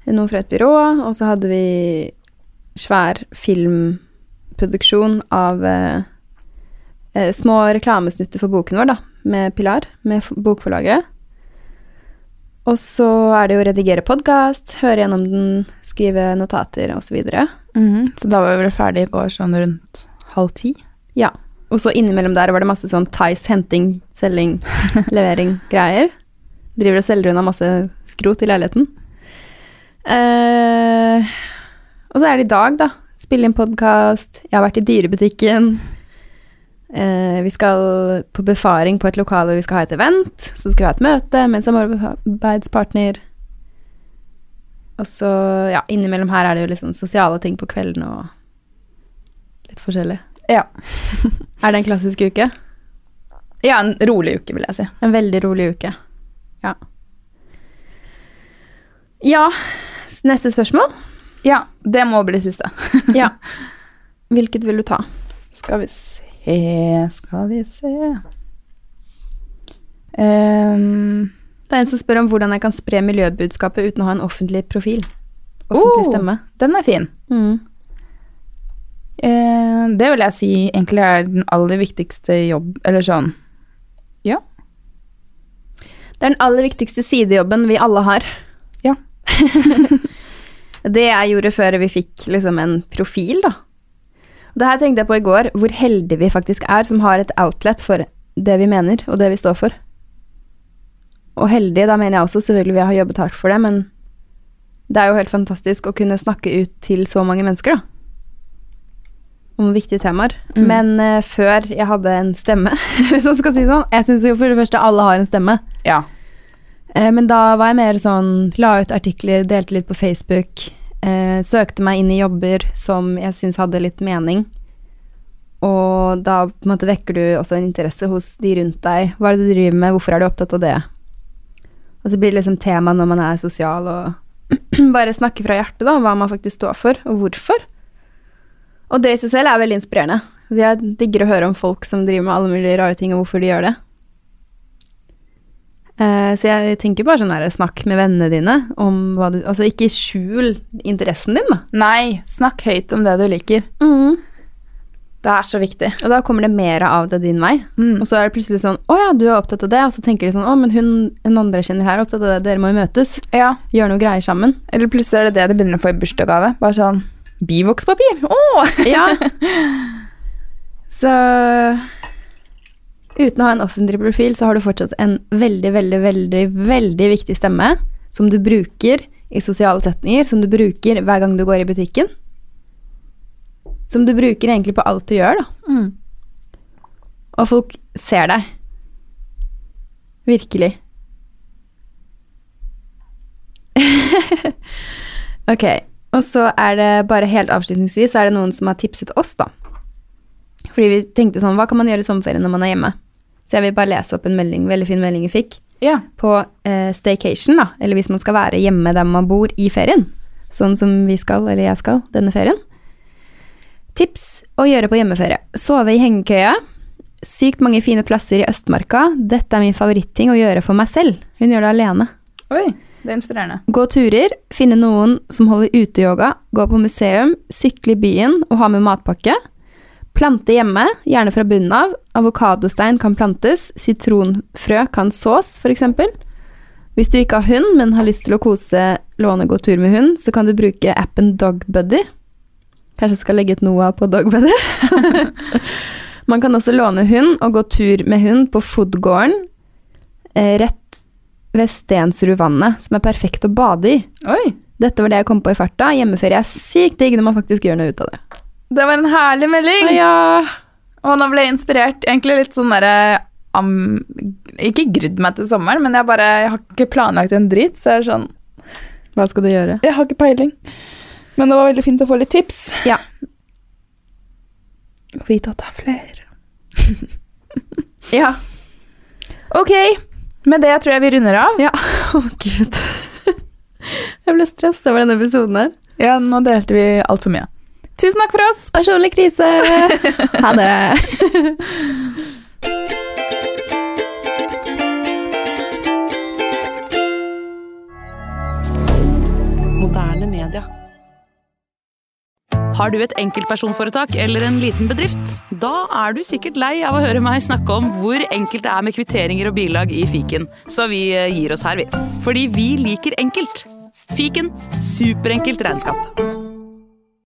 [SPEAKER 4] Noen fra et byrå, og så hadde vi svær filmproduksjon av eh, eh, små reklamesnutter for boken vår, da, med Pilar, med f- bokforlaget. Og så er det jo å redigere podkast, høre gjennom den, skrive notater osv.
[SPEAKER 3] Så da var vi vel ferdig i går sånn rundt halv ti.
[SPEAKER 4] Ja. Og så innimellom der var det masse sånn Thais henting, selging, [LAUGHS] levering, greier. Driver og selger unna masse skrot i leiligheten. Eh, og så er det i dag, da. Spille inn podkast. Jeg har vært i dyrebutikken. Eh, vi skal på befaring på et lokale vi skal ha et event. Så skal vi ha et møte med en samarbeidspartner. Og så, ja, innimellom her er det jo litt sånn sosiale ting på kveldene og litt forskjellig.
[SPEAKER 3] Ja.
[SPEAKER 4] Er det en klassisk uke?
[SPEAKER 3] ja, en rolig uke, vil jeg si.
[SPEAKER 4] En veldig rolig uke. Ja. Ja, s- neste
[SPEAKER 3] [LAUGHS]
[SPEAKER 4] spørsmål.
[SPEAKER 3] Ja, det må bli siste. [LAUGHS]
[SPEAKER 4] Ja. Hvilket vil du ta?
[SPEAKER 3] Skal vi se, skal vi se Ehm,
[SPEAKER 4] Det er en som spør om hvordan jeg kan spre miljøbudskapet uten å ha en offentlig profil. Offentlig
[SPEAKER 3] Oh.
[SPEAKER 4] stemme. Mm.
[SPEAKER 3] Den er fin. Eh, det vil jeg si egentlig er den aller viktigste jobb Eller sånn Ja.
[SPEAKER 4] Det er den aller viktigste sidejobben vi alle har.
[SPEAKER 3] Ja.
[SPEAKER 4] [LAUGHS] det jeg gjorde før vi fikk liksom en profil, da. Og Det her tenkte jeg på i går, hvor heldige vi faktisk er som har et outlet for det vi mener og det vi står for. Og heldige, da mener jeg også selvfølgelig vi har jobbet hardt for det, men det er jo helt fantastisk å kunne snakke ut til så mange mennesker, da. Om viktige temaer.
[SPEAKER 3] Mm.
[SPEAKER 4] Men eh, før jeg hadde en stemme, [LAUGHS] hvis man skal si det sånn Jeg syns jo for det første alle har en stemme.
[SPEAKER 3] ja.
[SPEAKER 4] Eh, Men da var jeg mer sånn La ut artikler, delte litt på Facebook. Eh, søkte meg inn i jobber som jeg syns hadde litt mening. Og da på en måte vekker du også en interesse hos de rundt deg. Hva er det du driver med, hvorfor er du opptatt av det? Og så blir det liksom tema når man er sosial, og [CLEARS THROAT] bare snakke fra hjertet, da, hva man faktisk står for, og hvorfor. Og det i seg selv er veldig inspirerende. Jeg digger å høre om folk som driver med alle mulige rare ting, og hvorfor de gjør det. Eh, så jeg tenker bare sånn her, snakk med vennene dine om hva du Altså ikke skjul interessen din, da.
[SPEAKER 3] Nei, snakk høyt om det du liker. Mm. Det er så viktig.
[SPEAKER 4] Og da kommer det mer av det din vei.
[SPEAKER 3] Mm.
[SPEAKER 4] Og så er det plutselig sånn Å ja, du er opptatt av det. Og så tenker de sånn Å, men hun, hun andre jeg kjenner her er opptatt av det. Dere må jo møtes.
[SPEAKER 3] Ja.
[SPEAKER 4] Gjøre noe greier sammen.
[SPEAKER 3] Eller plutselig er det det du begynner å få i bursdagsgave. Bare sånn bivokspapir! Åh!
[SPEAKER 4] Ja. så Uten å ha en offentlig profil, så har du fortsatt en veldig, veldig, veldig, veldig viktig stemme som du bruker i sosiale setninger, som du bruker hver gang du går i butikken. Som du bruker egentlig på alt du gjør, da.
[SPEAKER 3] Mm.
[SPEAKER 4] Og folk ser deg. Virkelig. Ok, og så er det bare helt avslutningsvis, så er det noen som har tipset oss da. Fordi vi tenkte sånn, hva kan man gjøre i sommerferien når man er hjemme? Så jeg vil bare lese opp en melding, veldig fin melding vi fikk,
[SPEAKER 3] Ja.
[SPEAKER 4] på eh, staycation da, eller hvis man skal være hjemme der man bor i ferien, sånn som vi skal, eller jeg skal, denne ferien. Tips å gjøre på hjemmeferie. Sove i hengekøye. Sykt mange fine plasser i Østmarka. Dette er min favoritting å gjøre for meg selv. Hun gjør det alene.
[SPEAKER 3] Oi, det er inspirerende.
[SPEAKER 4] Gå turer, finne noen som holder uteyoga, gå på museum, sykle i byen og ha med matpakke. Plante hjemme, gjerne fra bunnen av. Avokadostein kan plantes, sitronfrø kan sås, f.eks. Hvis du ikke har hund, men har lyst til å kose, låne, gå tur med hund, så kan du bruke appen Dogbuddy. Kanskje jeg skal legge ut Noah på Dogbuddy. Man kan også låne hund og gå tur med hund på Foodgården eh, rett ved Stensrudvannet, som er perfekt å bade i.
[SPEAKER 3] Oi.
[SPEAKER 4] Dette var det jeg kom på i farta. Hjemmeferie er sykt digg når man faktisk gjør noe ut av det.
[SPEAKER 3] Det var en herlig melding!
[SPEAKER 4] Ja.
[SPEAKER 3] Og nå ble jeg inspirert. Egentlig litt sånn derre am- Ikke grudd meg til sommeren, men jeg bare jeg har ikke planlagt en drit. Så jeg er sånn
[SPEAKER 4] Hva skal du gjøre?
[SPEAKER 3] Jeg har ikke peiling. Men det var veldig fint å få litt tips.
[SPEAKER 4] Ja.
[SPEAKER 3] Vite at det er flere.
[SPEAKER 4] Ja.
[SPEAKER 3] Ok. Med det tror jeg vi runder av.
[SPEAKER 4] Ja. [LAUGHS] Å, gud. Jeg ble stressa over denne episoden her.
[SPEAKER 3] Ja, nå delte vi altfor mye. Tusen takk for oss!
[SPEAKER 4] Personlig krise. Ha det.
[SPEAKER 5] Moderne media.
[SPEAKER 6] Har du et enkeltpersonforetak eller en liten bedrift? Da er du sikkert lei av å høre meg snakke om hvor enkelt det er med kvitteringer og bilag i fiken, så vi eh, gir oss her, vi. Fordi vi liker enkelt. Fiken superenkelt regnskap.